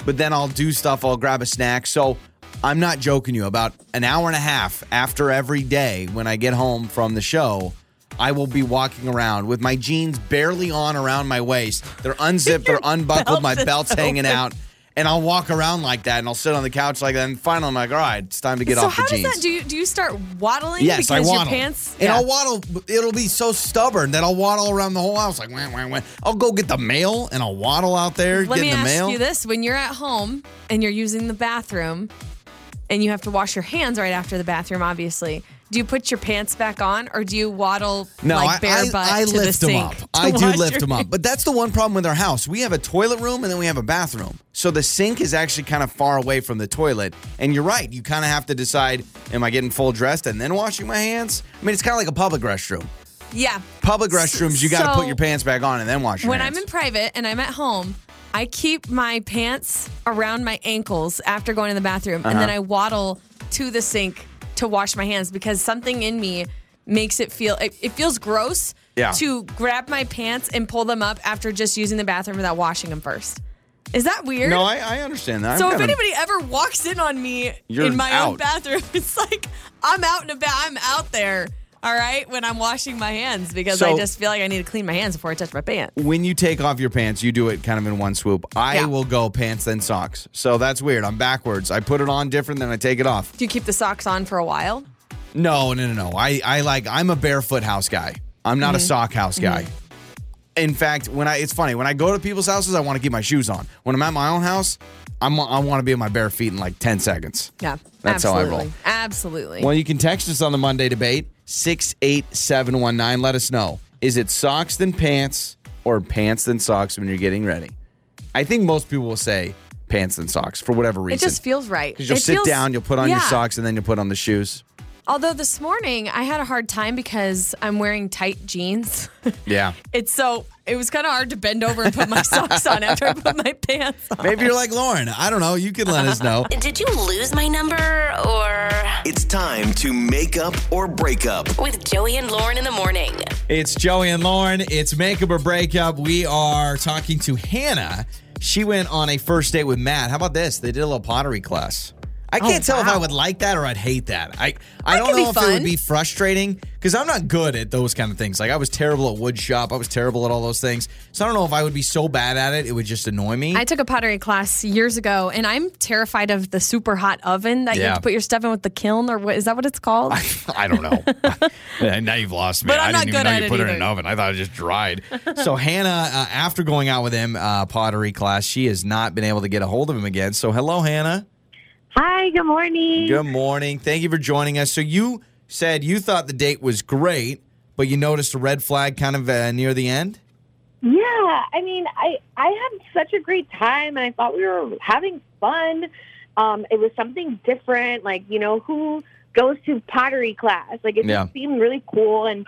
[SPEAKER 1] But then I'll do stuff, I'll grab a snack. So I'm not joking you about an hour and a half after every day when I get home from the show. I will be walking around with my jeans barely on around my waist.
[SPEAKER 2] [LAUGHS]
[SPEAKER 1] They're unzipped, they're unbuckled, my
[SPEAKER 2] belt is
[SPEAKER 1] belt's hanging out. And I'll walk around like that and I'll sit on the couch like that. And finally, I'm like, all right, it's time to get
[SPEAKER 2] so
[SPEAKER 1] off the
[SPEAKER 2] how does
[SPEAKER 1] jeans.
[SPEAKER 2] that? Do you do you start waddling
[SPEAKER 1] Yes, I
[SPEAKER 2] because your
[SPEAKER 1] waddle.
[SPEAKER 2] pants?
[SPEAKER 1] And
[SPEAKER 2] Yeah.
[SPEAKER 1] I'll waddle. It'll be so stubborn that I'll waddle around the whole house like, wah, wah, wah. I'll go get the mail and I'll waddle out there
[SPEAKER 2] Let me
[SPEAKER 1] getting the
[SPEAKER 2] ask
[SPEAKER 1] mail.
[SPEAKER 2] you this: When you're at home and you're using the bathroom, and you have to wash your hands right after the bathroom, obviously, do you put your pants back on, or do you waddle
[SPEAKER 1] No,
[SPEAKER 2] like bare
[SPEAKER 1] I,
[SPEAKER 2] butt
[SPEAKER 1] I, I
[SPEAKER 2] to
[SPEAKER 1] lift
[SPEAKER 2] the
[SPEAKER 1] them
[SPEAKER 2] sink?
[SPEAKER 1] up.
[SPEAKER 2] [LAUGHS] to
[SPEAKER 1] I do
[SPEAKER 2] wash
[SPEAKER 1] lift
[SPEAKER 2] your
[SPEAKER 1] them up. But that's the one problem with our house. We have a toilet room and then we have a bathroom. So the sink is actually kind of far away from the toilet. And you're right. You kind of have to decide am I getting full dressed and then washing my hands? I mean, it's kind of like a public restroom.
[SPEAKER 2] Yeah.
[SPEAKER 1] Public restrooms, you got to
[SPEAKER 2] so-
[SPEAKER 1] put your pants back on and then wash your
[SPEAKER 2] When
[SPEAKER 1] hands.
[SPEAKER 2] I'm in private and I'm at home, I keep my pants around my ankles after going to the bathroom, and
[SPEAKER 1] Uh-huh.
[SPEAKER 2] then I waddle to the sink to wash my hands because something in me makes it feel it, it feels gross
[SPEAKER 8] Yeah.
[SPEAKER 2] to grab my pants and pull them up after just using the bathroom without washing them first. Is that weird?
[SPEAKER 1] no, I, I understand that. I'm
[SPEAKER 2] So if
[SPEAKER 1] kinda-
[SPEAKER 2] anybody ever walks in on me
[SPEAKER 1] You're
[SPEAKER 2] in my own
[SPEAKER 1] out.
[SPEAKER 2] bathroom, [LAUGHS] it's like I'm out and about. I'm out there. All right, when I'm washing my hands because I
[SPEAKER 1] So-
[SPEAKER 2] just feel like I need to clean my hands before I touch my pants.
[SPEAKER 1] when you take off your pants, you do it kind of in one swoop. I
[SPEAKER 2] Yeah.
[SPEAKER 1] will go pants then socks. So that's weird. I'm backwards. I put it on different than I take it off.
[SPEAKER 2] Do you keep the socks on for a while?
[SPEAKER 1] No, no, no, no. I, I like I'm a barefoot house guy. I'm
[SPEAKER 2] Mm-hmm.
[SPEAKER 1] not a sock house guy. In fact, when I it's funny when I go to people's houses, I want to keep my shoes on. When I'm at my own house, I'm I want to be in my bare feet in like ten seconds.
[SPEAKER 2] Yeah,
[SPEAKER 1] that's
[SPEAKER 2] absolutely.
[SPEAKER 1] how I roll.
[SPEAKER 2] Absolutely.
[SPEAKER 1] Well, you can text us on the Monday debate six eight seven one nine. Let us know is it socks than pants or pants than socks when you're getting ready. I think most people will say pants than socks for whatever
[SPEAKER 2] it
[SPEAKER 1] reason.
[SPEAKER 2] just feels right.
[SPEAKER 1] 'Cause you'll
[SPEAKER 2] It
[SPEAKER 1] sit
[SPEAKER 2] feels-
[SPEAKER 1] down, you'll put on your
[SPEAKER 2] Yeah.
[SPEAKER 1] socks, and then you'll put on the shoes.
[SPEAKER 2] Although this morning I had a hard time because I'm wearing tight jeans. [LAUGHS]
[SPEAKER 1] Yeah.
[SPEAKER 2] it's so it was kind of hard to bend over and put my [LAUGHS] socks on after I put my pants on.
[SPEAKER 1] Maybe you're like Lauren. I don't know. You can let us know.
[SPEAKER 3] Did you lose my number or
[SPEAKER 6] It's time to make up or break up.
[SPEAKER 3] with Joey and Lauren in the morning?
[SPEAKER 1] It's Joey and Lauren. It's Makeup or Breakup. We are talking to Hannah. She went on a first date with Matt. How about this? They did a little pottery class.
[SPEAKER 2] Oh,
[SPEAKER 1] I can't tell if I would like that or I'd hate that. I, I don't
[SPEAKER 2] could be
[SPEAKER 1] know if it would
[SPEAKER 2] fun.
[SPEAKER 1] be frustrating because I'm not good at those kind of things. Like I was terrible at wood shop. I was terrible at all those things. So I don't know if I would be so bad at it. It would just annoy me.
[SPEAKER 2] I took a pottery class years ago, and I'm terrified of the super hot oven that you
[SPEAKER 1] Yeah.
[SPEAKER 2] have to put your stuff in with the kiln, or what is that what it's called?
[SPEAKER 1] [LAUGHS] I don't know. [LAUGHS] Yeah, now you've lost me.
[SPEAKER 2] But
[SPEAKER 1] I
[SPEAKER 2] I'm
[SPEAKER 1] didn't
[SPEAKER 2] not
[SPEAKER 1] even
[SPEAKER 2] good
[SPEAKER 1] know
[SPEAKER 2] at
[SPEAKER 1] you
[SPEAKER 2] it
[SPEAKER 1] put it in an
[SPEAKER 2] either.
[SPEAKER 1] oven. I thought it just
[SPEAKER 2] [LAUGHS]
[SPEAKER 1] dried. so Hannah, uh, after going out with him, uh, pottery class, she has not been able to get a hold of him again. So hello, Hannah.
[SPEAKER 5] Hi, good morning.
[SPEAKER 1] Good morning. Thank you for joining us. So you said you thought the date was great, but you noticed a red flag kind of uh, near the end.
[SPEAKER 5] Yeah, I mean, I I had such a great time, and I thought we were having fun. Um, it was something different, like you know, who goes to pottery class? Like it
[SPEAKER 1] Yeah.
[SPEAKER 5] just seemed really cool, and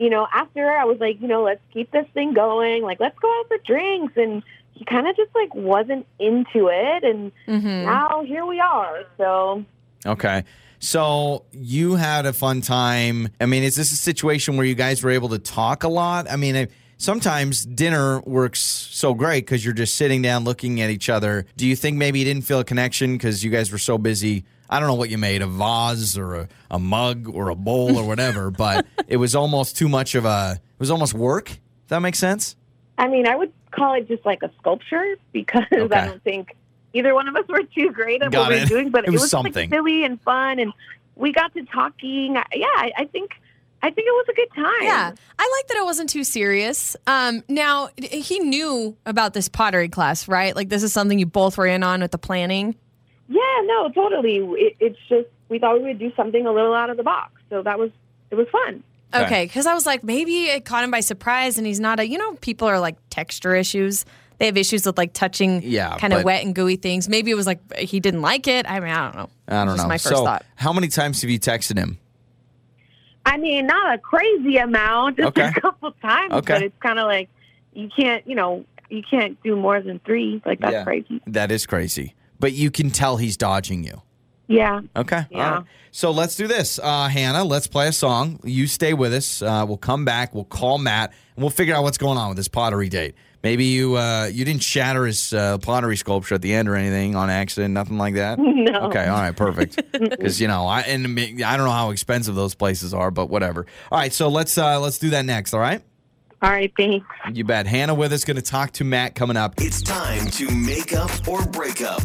[SPEAKER 5] you know, after I was like, you know, let's keep this thing going, like let's go out for drinks, and he kind of just like wasn't into it, and
[SPEAKER 1] Mm.
[SPEAKER 2] Mhm.
[SPEAKER 5] now here we are. So
[SPEAKER 1] Okay. So you had a fun time. I mean, is this a situation where you guys were able to talk a lot? I mean, I- sometimes dinner works so great because you're just sitting down looking at each other. Do you think maybe you didn't feel a connection because you guys were so busy? I don't know what you made a vase or a, a mug or a bowl or whatever,
[SPEAKER 2] [LAUGHS]
[SPEAKER 1] but it was almost too much of a, it was almost work. Does that make sense?
[SPEAKER 5] I mean, I would call it just like a sculpture because
[SPEAKER 1] Okay.
[SPEAKER 5] I don't think either one of us were too great at
[SPEAKER 1] Got
[SPEAKER 5] what we
[SPEAKER 1] it.
[SPEAKER 5] were doing, but
[SPEAKER 1] It
[SPEAKER 5] it,
[SPEAKER 1] was
[SPEAKER 5] was,
[SPEAKER 1] something.
[SPEAKER 5] like silly and fun, and we got to talking. I- Yeah, I, I think I think it was a good time.
[SPEAKER 2] Yeah, I like that it wasn't too serious. Um, now d- he knew about this pottery class, right? Like this is something you both were in on with the planning.
[SPEAKER 5] yeah, no, totally. It, it's just we thought we would do something a little out of the box, so that was it was fun.
[SPEAKER 1] Okay.
[SPEAKER 2] Okay, because I was like, maybe it caught him by surprise, and he's not a. You know, people are like texture issues. They have issues with like touching,
[SPEAKER 1] Yeah,
[SPEAKER 2] kind of
[SPEAKER 1] but-
[SPEAKER 2] wet and gooey things. Maybe it was like he didn't like it. I mean, I don't know.
[SPEAKER 1] I don't
[SPEAKER 2] Just
[SPEAKER 1] know.
[SPEAKER 2] My first
[SPEAKER 1] so
[SPEAKER 2] thought.
[SPEAKER 1] how many times have you texted him?
[SPEAKER 5] I mean, not a crazy amount, [LAUGHS] just
[SPEAKER 1] Okay.
[SPEAKER 5] a couple times,
[SPEAKER 1] Okay.
[SPEAKER 5] but it's kind of like you can't, you know, you can't do more than three. Like that's
[SPEAKER 1] Yeah.
[SPEAKER 5] crazy.
[SPEAKER 1] That is crazy. But you can tell he's dodging you.
[SPEAKER 5] Yeah. [LAUGHS]
[SPEAKER 1] Okay. All
[SPEAKER 5] Yeah.
[SPEAKER 1] right. So let's do this. Uh, Hannah, let's play a song. You stay with us. Uh, we'll come back. We'll call Matt and we'll figure out what's going on with this pottery date. Maybe you uh, you didn't shatter his uh, pottery sculpture at the end or anything on accident, nothing like that.
[SPEAKER 5] [LAUGHS] No.
[SPEAKER 1] Okay, all right,
[SPEAKER 5] [LAUGHS]
[SPEAKER 1] perfect. Because you know, I and I mean, I don't know how expensive those places are, but whatever. All right, so let's uh, let's do that next. All right,
[SPEAKER 5] All right. Thanks.
[SPEAKER 1] you bet. Hannah with us, going to talk to Matt coming up.
[SPEAKER 6] It's time to make up or break up.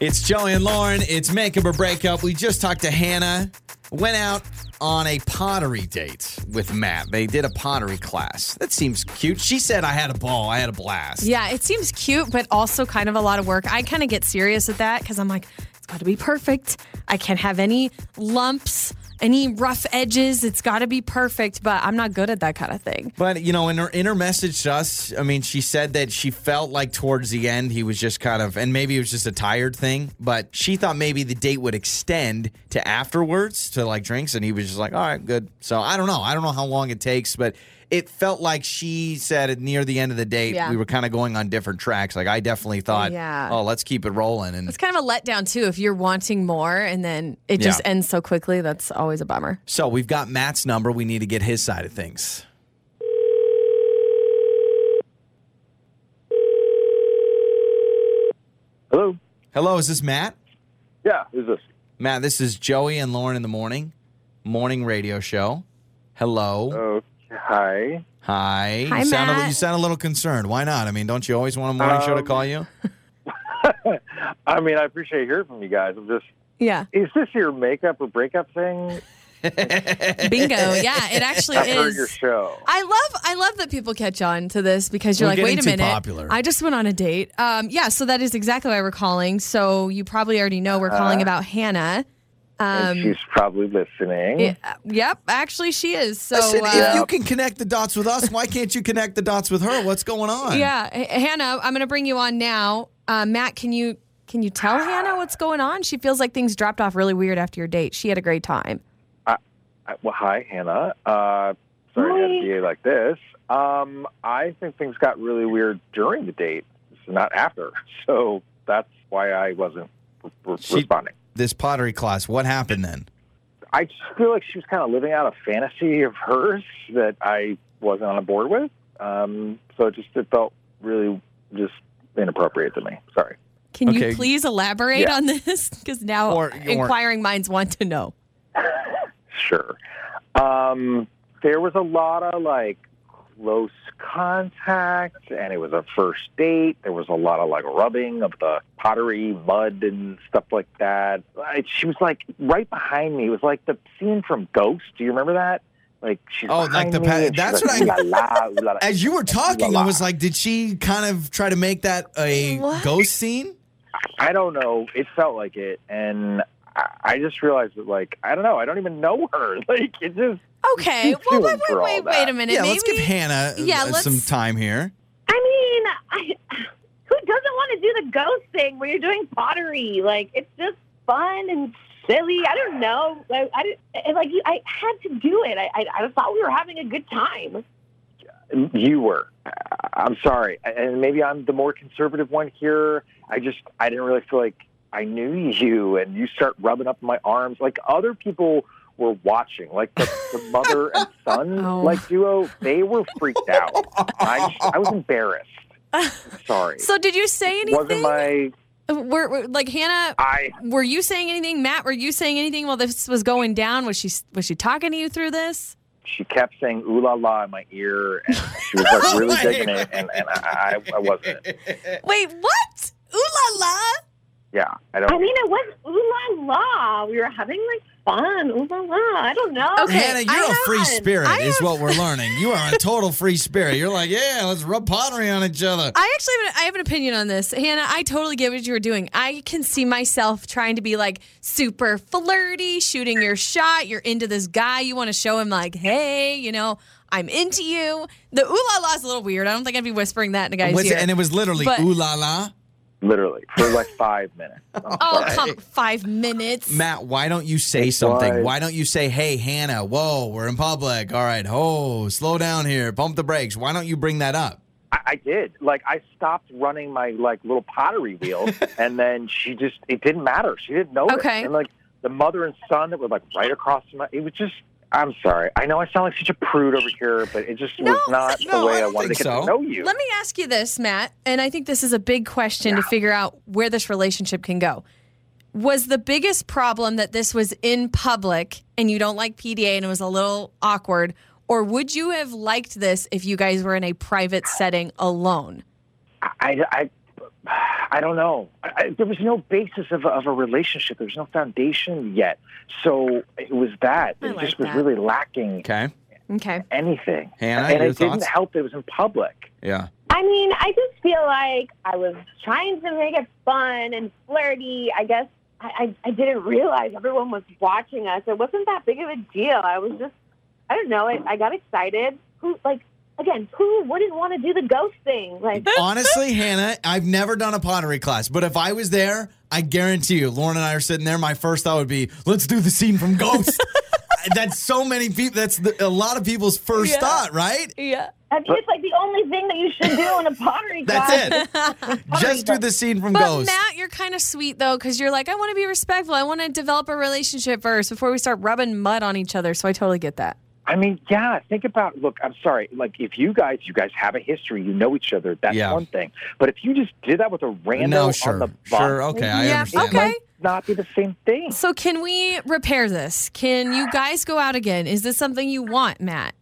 [SPEAKER 1] It's Joey and Lauren. It's Makeup or Breakup. We just talked to Hannah. Went out on a pottery date with Matt. They did a pottery class. That seems cute. She said, I had a ball. I had a blast.
[SPEAKER 2] [LAUGHS] Yeah, it seems cute, but also kind of a lot of work. I kind of get serious at that because I'm like, it's got to be perfect. I can't have any lumps, any rough edges. It's got to be perfect, but I'm not good at that kind of thing.
[SPEAKER 1] But, you know, in her, in her message to us, I mean, she said that she felt like towards the end he was just kind of, and maybe it was just a tired thing, but she thought maybe the date would extend to afterwards to like drinks, and he was just like, all right, good. So I don't know. I don't know how long it takes, but it felt like she said at near the end of the date,
[SPEAKER 2] Yeah.
[SPEAKER 1] we were kind of going on different tracks. Like, I definitely thought,
[SPEAKER 2] Yeah.
[SPEAKER 1] oh, let's keep it rolling. And
[SPEAKER 2] It's kind of a letdown, too, if you're wanting more and then it just
[SPEAKER 1] Yeah.
[SPEAKER 2] ends so quickly. That's always a bummer.
[SPEAKER 1] so we've got Matt's number. We need to get his side of things.
[SPEAKER 4] Hello.
[SPEAKER 1] Hello, is this Matt?
[SPEAKER 4] Yeah. Who's this?
[SPEAKER 1] Matt, this is Joey and Lauren in the morning, morning radio show. Hello.
[SPEAKER 4] Oh, hi.
[SPEAKER 1] Hi.
[SPEAKER 2] Hi,
[SPEAKER 1] you, sound A,
[SPEAKER 2] Matt.
[SPEAKER 1] you sound a little concerned. Why not? I mean, don't you always want a morning show to
[SPEAKER 4] Um,
[SPEAKER 1] call you?
[SPEAKER 4] I mean, I appreciate hearing from you guys. I'm just.
[SPEAKER 2] Yeah.
[SPEAKER 4] Is this your makeup or breakup thing?
[SPEAKER 2] Bingo. yeah, it actually
[SPEAKER 4] [LAUGHS] I've heard your
[SPEAKER 2] is.
[SPEAKER 4] show.
[SPEAKER 2] I love I love that people catch on to this because you're
[SPEAKER 1] We're
[SPEAKER 2] like,
[SPEAKER 1] getting
[SPEAKER 2] wait a
[SPEAKER 1] too
[SPEAKER 2] minute.
[SPEAKER 1] popular."
[SPEAKER 2] I just went on a date. Um, yeah, so that is exactly why we're calling. So you probably already know we're calling about Hannah.
[SPEAKER 4] And
[SPEAKER 2] Um,
[SPEAKER 4] she's probably listening.
[SPEAKER 2] yeah, yep, actually she is. So
[SPEAKER 1] Listen, if
[SPEAKER 2] uh,
[SPEAKER 1] you can connect the dots with us, why can't you connect the dots with her? What's going on?
[SPEAKER 2] yeah, H- Hannah, I'm going to bring you on now. Uh, Matt, can you can you tell Hannah what's going on? She feels like things dropped off really weird after your date. She had a great time.
[SPEAKER 4] I- Uh, Well, hi, Hannah. Uh, sorry to
[SPEAKER 5] Hi.
[SPEAKER 4] have to be like this. Um, I think things got really weird during the date, not after. [LAUGHS] So that's why I wasn't re- re-
[SPEAKER 1] She-
[SPEAKER 4] responding.
[SPEAKER 1] This pottery class, what happened then?
[SPEAKER 4] I just feel like she was kind of living out a fantasy of hers that I wasn't on board with. Um, so it just it felt really just inappropriate to me. Sorry.
[SPEAKER 2] Can
[SPEAKER 1] Okay.
[SPEAKER 2] you please elaborate
[SPEAKER 4] Yeah.
[SPEAKER 2] on this? [LAUGHS] Because now
[SPEAKER 1] Or- or-
[SPEAKER 2] inquiring minds want to know.
[SPEAKER 4] Sure. Um, there was a lot of like close contact, and it was a first date. There was a lot of like rubbing of the pottery mud and stuff like that. I, she was like right behind me. It was like the scene from Ghost. Do you remember that? Like she's
[SPEAKER 1] Oh, like
[SPEAKER 4] behind
[SPEAKER 1] the
[SPEAKER 4] me,
[SPEAKER 1] pa-
[SPEAKER 4] and she's
[SPEAKER 1] that's
[SPEAKER 4] like,
[SPEAKER 1] what I-
[SPEAKER 4] "Ooh la
[SPEAKER 1] [LAUGHS]
[SPEAKER 4] la, ooh la la."
[SPEAKER 1] As you were talking,
[SPEAKER 4] la.
[SPEAKER 1] I was like, did she kind of try to make that a
[SPEAKER 2] What?
[SPEAKER 1] ghost scene?
[SPEAKER 9] I don't know. It felt like it, and I, I just realized that, like, I don't know. I don't even know
[SPEAKER 4] [LAUGHS]
[SPEAKER 9] her. Like, it just
[SPEAKER 2] Okay.
[SPEAKER 9] She's
[SPEAKER 2] Well,
[SPEAKER 9] doing
[SPEAKER 2] wait, wait,
[SPEAKER 9] for all
[SPEAKER 2] wait,
[SPEAKER 9] that.
[SPEAKER 2] wait a minute.
[SPEAKER 1] Yeah,
[SPEAKER 2] Maybe
[SPEAKER 1] let's give Hannah uh,
[SPEAKER 2] Yeah,
[SPEAKER 1] uh,
[SPEAKER 2] let's-
[SPEAKER 1] some time here.
[SPEAKER 5] I mean, I, [SIGHS] who doesn't want to do the ghost thing where you're doing pottery? Like, it's just fun and silly. I don't know. I, I didn't- and, like, you, I had to do it. I, I, I thought we were having a good time.
[SPEAKER 9] you were. I- I'm sorry, and maybe I'm the more conservative one here. I just I didn't really feel like I knew [LAUGHS] you, and you start rubbing up my arms like other people were watching, like
[SPEAKER 4] [LAUGHS]
[SPEAKER 9] the, the mother and son
[SPEAKER 2] Oh.
[SPEAKER 9] like duo. They were freaked out.
[SPEAKER 2] [LAUGHS]
[SPEAKER 9] I just, I was embarrassed. I'm sorry.
[SPEAKER 2] So did you say
[SPEAKER 9] wasn't
[SPEAKER 2] anything?
[SPEAKER 9] my
[SPEAKER 2] Were, were- like Hannah?
[SPEAKER 9] I
[SPEAKER 2] Were you saying anything, Matt? Were you saying anything while this was going down? Was she was she talking to you through this?
[SPEAKER 9] she kept saying ooh la la in my ear and she
[SPEAKER 2] [LAUGHS]
[SPEAKER 9] was
[SPEAKER 2] Oh
[SPEAKER 9] like really digging it and, and I, I I wasn't.
[SPEAKER 1] Eh.
[SPEAKER 2] Wait, what? Ooh la la!
[SPEAKER 9] Yeah. I don't
[SPEAKER 5] I mean, it was ooh la la. We were having like fun. Ooh la la. I don't know.
[SPEAKER 2] Okay,
[SPEAKER 1] Hannah, you're
[SPEAKER 2] I
[SPEAKER 1] a free
[SPEAKER 2] have-
[SPEAKER 1] spirit,
[SPEAKER 2] I
[SPEAKER 1] is
[SPEAKER 2] have-
[SPEAKER 1] what
[SPEAKER 2] [LAUGHS]
[SPEAKER 1] we're learning. You are a total free spirit. You're like, yeah, let's rub pottery on each other.
[SPEAKER 2] I actually have an, I have an opinion on this, Hannah. I totally get what you were doing. I can see myself trying to be like super flirty, shooting your shot. You're into this guy. You want to show him like, hey, you know, I'm into you. The ooh la la is a little weird. I don't think I'd be whispering that in a guy's
[SPEAKER 1] What's
[SPEAKER 2] ear.
[SPEAKER 1] it- and it was literally
[SPEAKER 2] But-
[SPEAKER 1] ooh la la.
[SPEAKER 9] literally for like five minutes. I'm
[SPEAKER 2] oh,
[SPEAKER 1] Uh,
[SPEAKER 9] sorry.
[SPEAKER 2] come five minutes.
[SPEAKER 1] Matt, why don't you say something?
[SPEAKER 9] was-
[SPEAKER 1] Why don't you say, hey, Hannah, whoa, we're in public. All right, oh, slow down here. Pump the brakes. Why don't you bring that up?
[SPEAKER 9] I, I did. Like I stopped running my like little pottery wheel, and then she just it didn't matter. She didn't know.
[SPEAKER 2] Okay.
[SPEAKER 9] And like the mother and son that were like right across my. It was just. I'm sorry. I know I sound like such a prude over here, but it just was not
[SPEAKER 1] no,
[SPEAKER 9] the way
[SPEAKER 1] I
[SPEAKER 9] I,
[SPEAKER 1] don't
[SPEAKER 9] wanted to
[SPEAKER 1] think
[SPEAKER 9] get
[SPEAKER 1] so.
[SPEAKER 9] to know you.
[SPEAKER 2] Let me ask you this, Matt, and I think this is a big question to figure out where this relationship can go. Was the biggest problem that this was in public and you don't like PDA and it was a little awkward, or would you have liked this if you guys were in a private setting alone?
[SPEAKER 9] I, I, I don't know. I, there was no basis of, a- of a relationship. There was no foundation yet. So it was that.
[SPEAKER 2] I
[SPEAKER 9] It
[SPEAKER 2] like
[SPEAKER 9] just was
[SPEAKER 2] that.
[SPEAKER 9] really lacking
[SPEAKER 10] Okay.
[SPEAKER 2] Okay.
[SPEAKER 9] anything.
[SPEAKER 10] Hannah,
[SPEAKER 9] and
[SPEAKER 10] your
[SPEAKER 9] it
[SPEAKER 10] thoughts?
[SPEAKER 9] didn't help. that It was in public.
[SPEAKER 10] Yeah.
[SPEAKER 5] I mean, I just feel like I was trying to make it fun and flirty. I guess I, I, I didn't realize everyone was watching us. It wasn't that big of a deal. I was just, I don't know. I, I got excited. Who, like, again, who wouldn't want to do the ghost thing?
[SPEAKER 1] [LAUGHS]
[SPEAKER 5] Like,
[SPEAKER 1] [LAUGHS] Honestly, Hannah, I've never done a pottery class, but if I was there, I guarantee you, Lauren and I are sitting there. My first thought would be, let's do the scene from
[SPEAKER 2] [LAUGHS]
[SPEAKER 1] Ghost. that's so many people. That's the, a lot of people's first
[SPEAKER 2] Yeah.
[SPEAKER 1] thought, right?
[SPEAKER 2] Yeah.
[SPEAKER 5] I mean, it's like the only thing that you should do in a pottery class.
[SPEAKER 1] That's it.
[SPEAKER 2] [LAUGHS]
[SPEAKER 1] Just do the scene from
[SPEAKER 2] But
[SPEAKER 1] Ghost.
[SPEAKER 2] Matt, you're kind of sweet though, because you're like, I want to be respectful. I want to develop a relationship first before we start rubbing mud on each other. So I totally get that.
[SPEAKER 9] I mean, yeah, think about look, I'm sorry, like if you guys you guys have a history, you know each other, that's
[SPEAKER 10] Yeah.
[SPEAKER 9] one thing. But if you just did that with a random
[SPEAKER 1] no,
[SPEAKER 9] on
[SPEAKER 1] sure.
[SPEAKER 9] the bus,
[SPEAKER 1] Sure, okay, I
[SPEAKER 2] yeah.
[SPEAKER 1] understand.
[SPEAKER 2] Okay.
[SPEAKER 9] not be the same thing.
[SPEAKER 2] So can we repair this? Can you guys go out again? Is this something you want, Matt?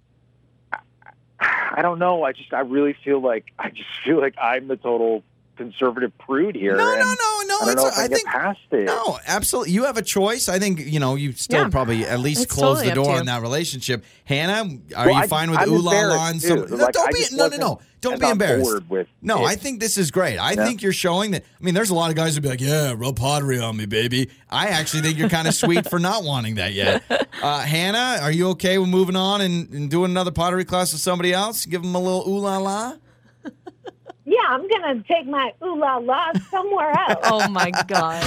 [SPEAKER 9] I don't know. I just I really feel like I just [LAUGHS] feel like I'm the total conservative prude here.
[SPEAKER 1] No,
[SPEAKER 9] and
[SPEAKER 1] no, no, no.
[SPEAKER 9] I don't
[SPEAKER 1] it's
[SPEAKER 9] know
[SPEAKER 1] a-
[SPEAKER 9] if
[SPEAKER 1] I
[SPEAKER 9] I, can get
[SPEAKER 1] think
[SPEAKER 9] past it.
[SPEAKER 1] No, absolutely. You have a choice. I think you know you still
[SPEAKER 2] Yeah.
[SPEAKER 1] probably at least
[SPEAKER 2] It's
[SPEAKER 1] close
[SPEAKER 2] totally
[SPEAKER 1] the
[SPEAKER 2] up to
[SPEAKER 1] door
[SPEAKER 2] you.
[SPEAKER 1] on that relationship. Hannah, are
[SPEAKER 9] Well,
[SPEAKER 1] you
[SPEAKER 9] I-
[SPEAKER 1] fine with
[SPEAKER 9] I'm
[SPEAKER 1] ooh la la
[SPEAKER 9] embarrassed,
[SPEAKER 1] and some?
[SPEAKER 9] too.
[SPEAKER 1] No,
[SPEAKER 9] Like,
[SPEAKER 1] don't
[SPEAKER 9] I
[SPEAKER 1] be
[SPEAKER 9] just
[SPEAKER 1] no no no.
[SPEAKER 9] wasn't
[SPEAKER 1] Don't
[SPEAKER 9] as
[SPEAKER 1] be
[SPEAKER 9] on
[SPEAKER 1] embarrassed.
[SPEAKER 9] board with
[SPEAKER 1] No,
[SPEAKER 9] it.
[SPEAKER 1] I think this is great. I
[SPEAKER 9] Yeah.
[SPEAKER 1] think you're showing that. I mean, there's a lot of guys who'd be like, "Yeah, rub pottery on me, baby." I actually think you're kind of sweet for not wanting that
[SPEAKER 2] [LAUGHS]
[SPEAKER 1] yet. Uh, Hannah, are you okay with moving on and, and doing another pottery class with somebody else? Give them a little ooh la la.
[SPEAKER 5] Yeah, I'm gonna take my ooh la la
[SPEAKER 1] [LAUGHS]
[SPEAKER 5] somewhere else.
[SPEAKER 2] Oh my god.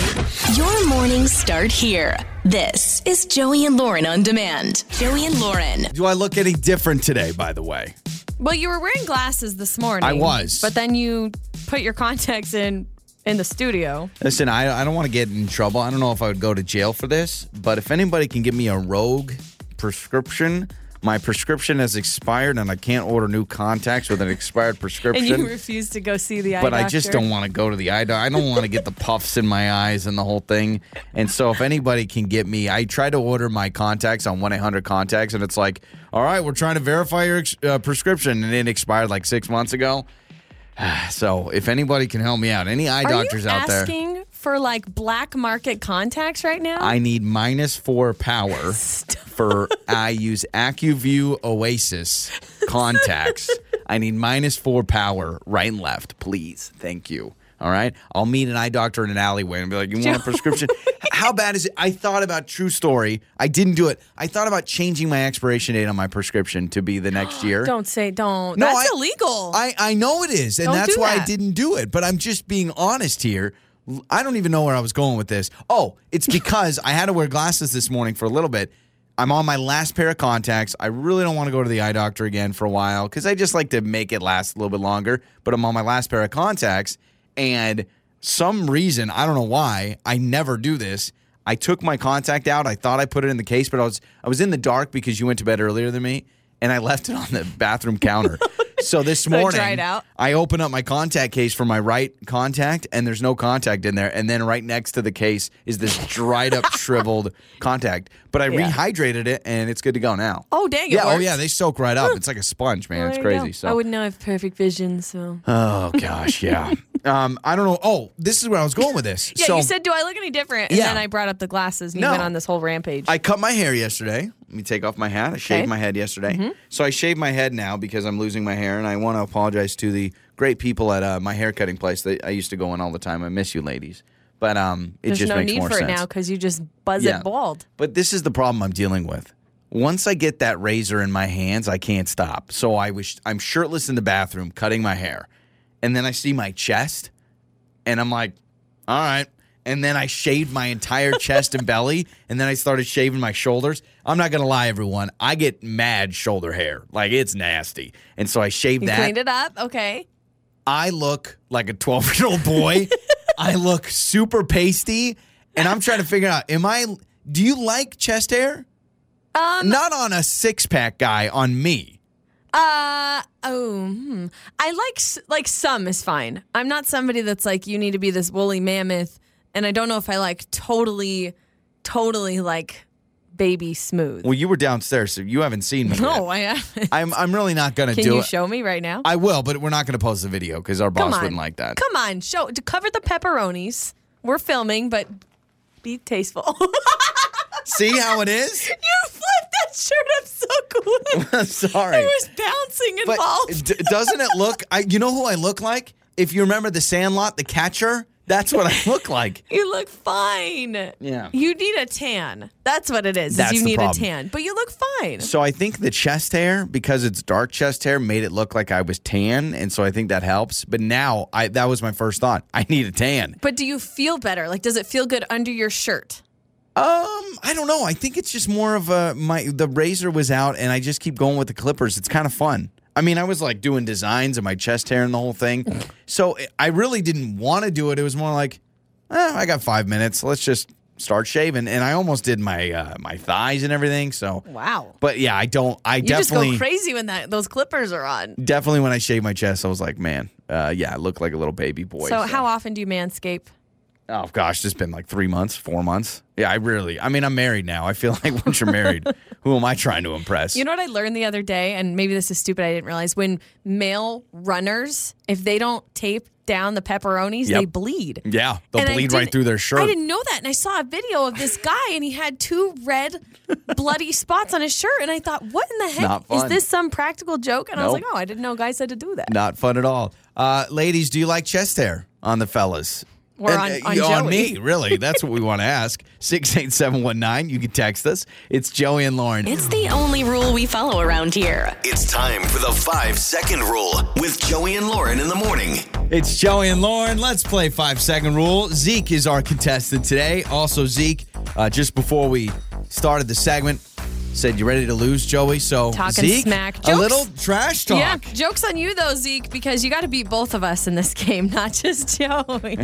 [SPEAKER 3] Your mornings start here. This is Joey and Lauren on demand. Joey and Lauren.
[SPEAKER 1] Do I look any different today? By the way,
[SPEAKER 2] Well, you were wearing glasses this morning.
[SPEAKER 1] I was.
[SPEAKER 2] But then you put your contacts in in the studio.
[SPEAKER 1] Listen, I, I don't want to get in trouble. I don't know if I would go to jail for this, but if anybody can give me a rogue prescription, my prescription has expired and I can't order new contacts with an expired
[SPEAKER 2] And
[SPEAKER 1] prescription.
[SPEAKER 2] you refused to go see the eye
[SPEAKER 1] but I just
[SPEAKER 2] doctor.
[SPEAKER 1] don't want to go to the eye doctor. I don't want to get the puffs in my eyes and the whole thing. And so, if anybody can get me, I try to order my contacts on 1 800 contacts, and it's like, all right, we're trying to verify your ex- uh, prescription, and it expired like six months ago. [SIGHS] so, if anybody can help me out, any eye
[SPEAKER 2] Are
[SPEAKER 1] doctors
[SPEAKER 2] you
[SPEAKER 1] out there.
[SPEAKER 2] asking for like black market contacts right now?
[SPEAKER 1] I need minus four power for I use AccuView Oasis contacts. I need minus four power right and left, please. Thank you. All right. I'll meet an eye doctor in an alleyway and be like, you want a prescription? How bad is it? I thought about true story. I didn't do it. I thought about changing my expiration date on my prescription to be the next year.
[SPEAKER 2] Don't say don't.
[SPEAKER 1] No,
[SPEAKER 2] That's
[SPEAKER 1] I-
[SPEAKER 2] illegal.
[SPEAKER 1] I, I know it is, and
[SPEAKER 2] Don't
[SPEAKER 1] that's
[SPEAKER 2] do
[SPEAKER 1] why I
[SPEAKER 2] that.
[SPEAKER 1] didn't do it. But I'm just being honest here. L- I don't even know where I was going with this. Oh,
[SPEAKER 2] [LAUGHS]
[SPEAKER 1] it's because I had to wear glasses this morning for a little bit. I'm on my last pair of contacts. I really don't want to go to the eye doctor again for a while because I just like to make it last a little bit longer. But I'm on my last pair of contacts, and some reason I don't know why I never do this. I took my contact out. I thought I put it in the case, but I was I was in the dark because you went to bed earlier than me, and I left it on the bathroom
[SPEAKER 2] [LAUGHS]
[SPEAKER 1] counter. So this
[SPEAKER 2] it
[SPEAKER 1] morning,
[SPEAKER 2] dried out?
[SPEAKER 1] I open up my contact case for my right contact, and there's no contact in there. And then right next to the case is this dried
[SPEAKER 2] [LAUGHS]
[SPEAKER 1] up, shriveled contact. But I rehydrated it, and it's good to go now.
[SPEAKER 2] oh dang it.
[SPEAKER 1] yeah, oh
[SPEAKER 2] worked.
[SPEAKER 1] yeah, they soak right up. It's like a sponge, man. It's
[SPEAKER 2] There you
[SPEAKER 1] crazy.
[SPEAKER 2] go.
[SPEAKER 1] So
[SPEAKER 2] I wouldn't know I have perfect vision, so
[SPEAKER 1] oh gosh,
[SPEAKER 2] [LAUGHS]
[SPEAKER 1] yeah. um, I don't know. Oh, this is where I was going with this.
[SPEAKER 2] Yeah,
[SPEAKER 1] so,
[SPEAKER 2] you said do I look any different? And
[SPEAKER 1] Yeah.
[SPEAKER 2] then I brought up the glasses and
[SPEAKER 1] No.
[SPEAKER 2] you went on this whole rampage.
[SPEAKER 1] I cut my hair yesterday. Let me take off my hat. I shaved my head yesterday.
[SPEAKER 2] Mm-hmm.
[SPEAKER 1] So I shaved my head now because I'm losing my hair, and I want to apologize to the great people at uh, my haircutting place that I used to go in all the time. I miss you, ladies. But um, it
[SPEAKER 2] There's
[SPEAKER 1] just
[SPEAKER 2] no
[SPEAKER 1] makes
[SPEAKER 2] need
[SPEAKER 1] more
[SPEAKER 2] for
[SPEAKER 1] sense.
[SPEAKER 2] it now because you just buzz
[SPEAKER 1] Yeah.
[SPEAKER 2] it bald.
[SPEAKER 1] But this is the problem I'm dealing with. Once I get that razor in my hands, I can't stop. So I was I'm shirtless in the bathroom cutting my hair. And then I see my chest and I'm like, "All right." And then I shaved my entire chest and belly, and then I started shaving my shoulders. I'm not gonna lie, everyone. I get mad shoulder hair, like it's nasty. And so I shaved
[SPEAKER 2] You
[SPEAKER 1] that.
[SPEAKER 2] cleaned it up, okay?
[SPEAKER 1] I look like a 12 year old
[SPEAKER 2] [LAUGHS]
[SPEAKER 1] boy. I look super pasty. And I'm trying to figure out, am I, do you like chest hair?
[SPEAKER 2] [LAUGHS] Um,
[SPEAKER 1] Not on a six pack guy, on me.
[SPEAKER 2] Uh oh, hmm. I like s- like some is fine. I'm not somebody that's like you need to be this woolly mammoth, and I don't know if I like totally, totally like baby smooth.
[SPEAKER 1] Well, you were downstairs, so you haven't seen me. yet.
[SPEAKER 2] no, I [LAUGHS] haven't.
[SPEAKER 1] I'm, I'm really not going to
[SPEAKER 2] Can
[SPEAKER 1] do
[SPEAKER 2] you
[SPEAKER 1] it.
[SPEAKER 2] show me right now?
[SPEAKER 1] I will, but we're not going to post the video because our boss
[SPEAKER 2] Come on,
[SPEAKER 1] wouldn't like that.
[SPEAKER 2] Come on, show to cover the pepperonis. We're filming, but be tasteful. [LAUGHS] you
[SPEAKER 1] See how it
[SPEAKER 2] [LAUGHS]
[SPEAKER 1] is? [LAUGHS]
[SPEAKER 2] flipped that shirt up so quick.
[SPEAKER 1] Sorry.
[SPEAKER 2] There was bouncing
[SPEAKER 1] But
[SPEAKER 2] involved.
[SPEAKER 1] d- doesn't it look, I, you know who I look like? If you remember the Sandlot, the catcher, that's what I look like.
[SPEAKER 2] You look fine.
[SPEAKER 1] Yeah.
[SPEAKER 2] You need a tan. That's what it is. is
[SPEAKER 1] That's
[SPEAKER 2] you
[SPEAKER 1] the
[SPEAKER 2] need
[SPEAKER 1] problem.
[SPEAKER 2] a tan, but you look fine.
[SPEAKER 1] So I think the chest hair, because it's dark chest hair, made it look like I was tan, and so I think that helps. But now I that was my first thought. I need a tan.
[SPEAKER 2] But do you feel better? Like, does it feel good under your shirt?
[SPEAKER 1] Um, I don't know. I think it's just more of a my the razor was out, and I just keep going with the clippers. It's kind of fun. I mean, I was like doing designs of my chest hair and the whole
[SPEAKER 2] [LAUGHS]
[SPEAKER 1] thing, so eh, I- I really didn't want to do it. It was more like, eh, I got five minutes. Let's just start shaving, and I almost did my uh, my thighs and everything. So,
[SPEAKER 2] Wow.
[SPEAKER 1] but yeah, I don't. I
[SPEAKER 2] You
[SPEAKER 1] definitely
[SPEAKER 2] just go crazy when that those clippers are on.
[SPEAKER 1] definitely when I shaved my chest, I was like, man, uh, yeah, I look like a little baby boy.
[SPEAKER 2] so, how often do you manscape?
[SPEAKER 1] Oh gosh, it's been like three months, four months. Yeah, I really. I mean, I'm married now. I feel [LAUGHS] like once you're
[SPEAKER 2] [LAUGHS]
[SPEAKER 1] married, who am I trying to impress?
[SPEAKER 2] You know what I learned the other day, and maybe this is stupid. I didn't realize when male runners, if they don't tape down the pepperonis,
[SPEAKER 1] Yep.
[SPEAKER 2] they bleed.
[SPEAKER 1] yeah, they'll
[SPEAKER 2] And I
[SPEAKER 1] bleed right
[SPEAKER 2] didn't-
[SPEAKER 1] through their shirt.
[SPEAKER 2] I didn't know that, and I saw a video of this guy, and he had two
[SPEAKER 1] [LAUGHS]
[SPEAKER 2] red, bloody spots on his shirt, and I thought, what in the heck
[SPEAKER 1] Not
[SPEAKER 2] is
[SPEAKER 1] fun.
[SPEAKER 2] this? Some practical joke? And I was
[SPEAKER 1] Nope.
[SPEAKER 2] like, oh, I didn't know guys had to do that.
[SPEAKER 1] Not fun at all. Uh, ladies, do you like chest hair on the fellas?
[SPEAKER 2] Or
[SPEAKER 1] And,
[SPEAKER 2] on- on
[SPEAKER 1] uh,
[SPEAKER 2] Joey.
[SPEAKER 1] me, really. That's what we
[SPEAKER 2] [LAUGHS]
[SPEAKER 1] want to ask. 68719, you can text us. It's Joey and Lauren.
[SPEAKER 3] It's the only rule we follow around here.
[SPEAKER 6] It's time for the five second rule with Joey and Lauren in the morning.
[SPEAKER 1] It's Joey and Lauren. Let's play five second rule. Zeke is our contestant today. Also, Zeke, uh, just before we started the segment, said you ready to lose, Joey. So
[SPEAKER 2] Talking
[SPEAKER 1] Zeke,
[SPEAKER 2] smack.
[SPEAKER 1] a
[SPEAKER 2] Jokes.
[SPEAKER 1] little trash talk.
[SPEAKER 2] Yeah, joke's on you though, Zeke, because you got to beat both of us in this game, [LAUGHS] not just
[SPEAKER 1] [LAUGHS]
[SPEAKER 2] Joey.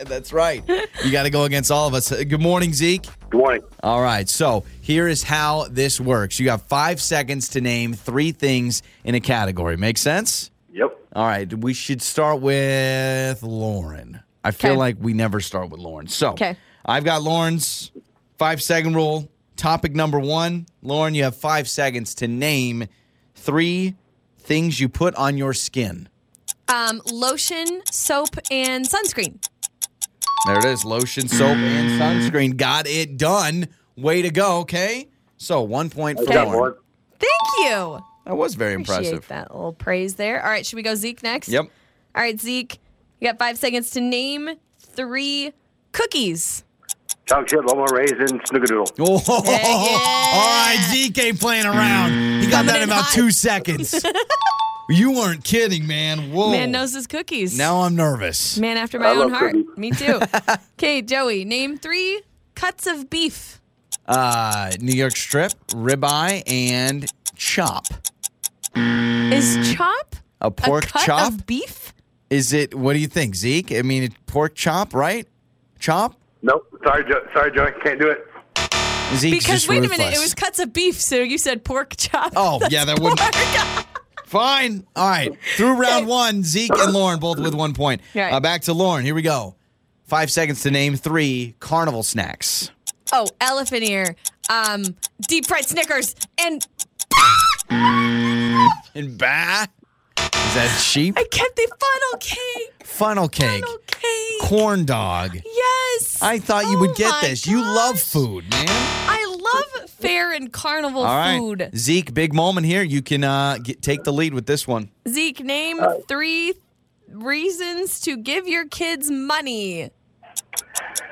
[SPEAKER 1] That's right. You got to go against all of us. Uh, Good morning, Zeke.
[SPEAKER 9] Good morning.
[SPEAKER 1] All right. So here is how this works. You got five seconds to name three things in a category. Make sense?
[SPEAKER 9] Yep.
[SPEAKER 1] All right. We should start with Lauren. I feel
[SPEAKER 2] 'Kay.
[SPEAKER 1] like we never start with Lauren. So
[SPEAKER 2] 'Kay.
[SPEAKER 1] I've got Lauren's five second rule. Topic number one Lauren, you have five seconds to name three things you put on your skin.
[SPEAKER 2] um, lotion, soap, and sunscreen.
[SPEAKER 1] There it is lotion, soap, and sunscreen. Got it done. Way to go. Okay. So one point for
[SPEAKER 9] Good job,
[SPEAKER 1] Lauren.
[SPEAKER 9] Lauren.
[SPEAKER 2] Thank you.
[SPEAKER 1] That was very
[SPEAKER 2] Appreciate
[SPEAKER 1] impressive.
[SPEAKER 2] that little praise there. All right, should we go Zeke next?
[SPEAKER 1] Yep.
[SPEAKER 2] All right, Zeke. You got five seconds to name three cookies.
[SPEAKER 4] Talk shit, Loma Raisin, Snoogadoodle.
[SPEAKER 1] [LAUGHS] Oh,
[SPEAKER 2] yeah.
[SPEAKER 1] all right, DK playing around. He got
[SPEAKER 2] Coming
[SPEAKER 1] that in
[SPEAKER 2] in
[SPEAKER 1] about
[SPEAKER 2] hot.
[SPEAKER 1] two
[SPEAKER 2] [LAUGHS]
[SPEAKER 1] seconds. you weren't kidding, man. Whoa.
[SPEAKER 2] Man knows his cookies.
[SPEAKER 1] Now I'm nervous.
[SPEAKER 2] Man after my
[SPEAKER 4] I
[SPEAKER 2] own
[SPEAKER 4] love
[SPEAKER 2] heart.
[SPEAKER 4] cookies.
[SPEAKER 2] Me
[SPEAKER 4] [LAUGHS]
[SPEAKER 2] too. Okay, Joey, name three cuts of beef.
[SPEAKER 1] Uh, New York strip, ribeye, and chop.
[SPEAKER 2] Is chop
[SPEAKER 1] A Mm. pork
[SPEAKER 2] a cut
[SPEAKER 1] chop?
[SPEAKER 2] of beef?
[SPEAKER 1] Is it? What do you think, Zeke? I mean, it, pork chop, right? Chop.
[SPEAKER 4] Nope. Sorry, Joe. Sorry, Joey. Can't do it.
[SPEAKER 1] Zeke's
[SPEAKER 2] Because
[SPEAKER 1] just
[SPEAKER 2] wait
[SPEAKER 1] ruthless.
[SPEAKER 2] a minute, it was cuts of beef, so you said pork chop.
[SPEAKER 1] Oh, yeah, that wouldn't-
[SPEAKER 2] pork.
[SPEAKER 1] Fine. All right.
[SPEAKER 2] [LAUGHS]
[SPEAKER 1] Through round one, Zeke and Lauren both with one point.
[SPEAKER 2] Right.
[SPEAKER 1] Uh, back to Lauren. Here we go. Five seconds to name three carnival snacks.
[SPEAKER 2] Oh, elephant ear, um, deep fried Snickers, and
[SPEAKER 1] And bah. Is that sheep?
[SPEAKER 2] I kept the funnel cake.
[SPEAKER 1] Funnel cake.
[SPEAKER 2] Funnel cake.
[SPEAKER 1] Corn dog.
[SPEAKER 2] Yes.
[SPEAKER 1] I thought you
[SPEAKER 2] Oh
[SPEAKER 1] would get
[SPEAKER 2] my
[SPEAKER 1] this. You love
[SPEAKER 2] gosh.
[SPEAKER 1] food, man.
[SPEAKER 2] I love fair and carnival
[SPEAKER 1] All right.
[SPEAKER 2] food.
[SPEAKER 1] Zeke, big moment here. You can uh, get, take the lead with this one.
[SPEAKER 2] Zeke, name
[SPEAKER 4] Uh,
[SPEAKER 2] three reasons to give your kids money.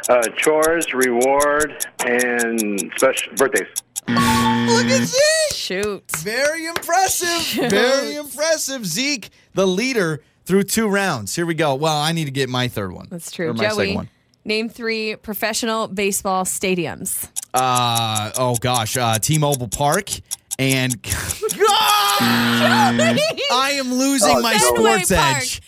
[SPEAKER 4] Uh, chores, reward, and special birthdays.
[SPEAKER 1] Look at Zeke.
[SPEAKER 2] Shoot.
[SPEAKER 1] Very
[SPEAKER 2] [LAUGHS]
[SPEAKER 1] impressive. Very impressive. Zeke, the leader through two rounds. Here we go. Well, I need to get my third one.
[SPEAKER 2] That's true.
[SPEAKER 1] Or my second
[SPEAKER 2] Joey,
[SPEAKER 1] one.
[SPEAKER 2] name three professional baseball stadiums.
[SPEAKER 1] Uh, oh, gosh. Uh, T Mobile Park. And [LAUGHS] Mm.
[SPEAKER 2] [LAUGHS]
[SPEAKER 1] I am losing my
[SPEAKER 2] Oh, Fenway
[SPEAKER 1] sports
[SPEAKER 2] Park. [LAUGHS]
[SPEAKER 1] edge.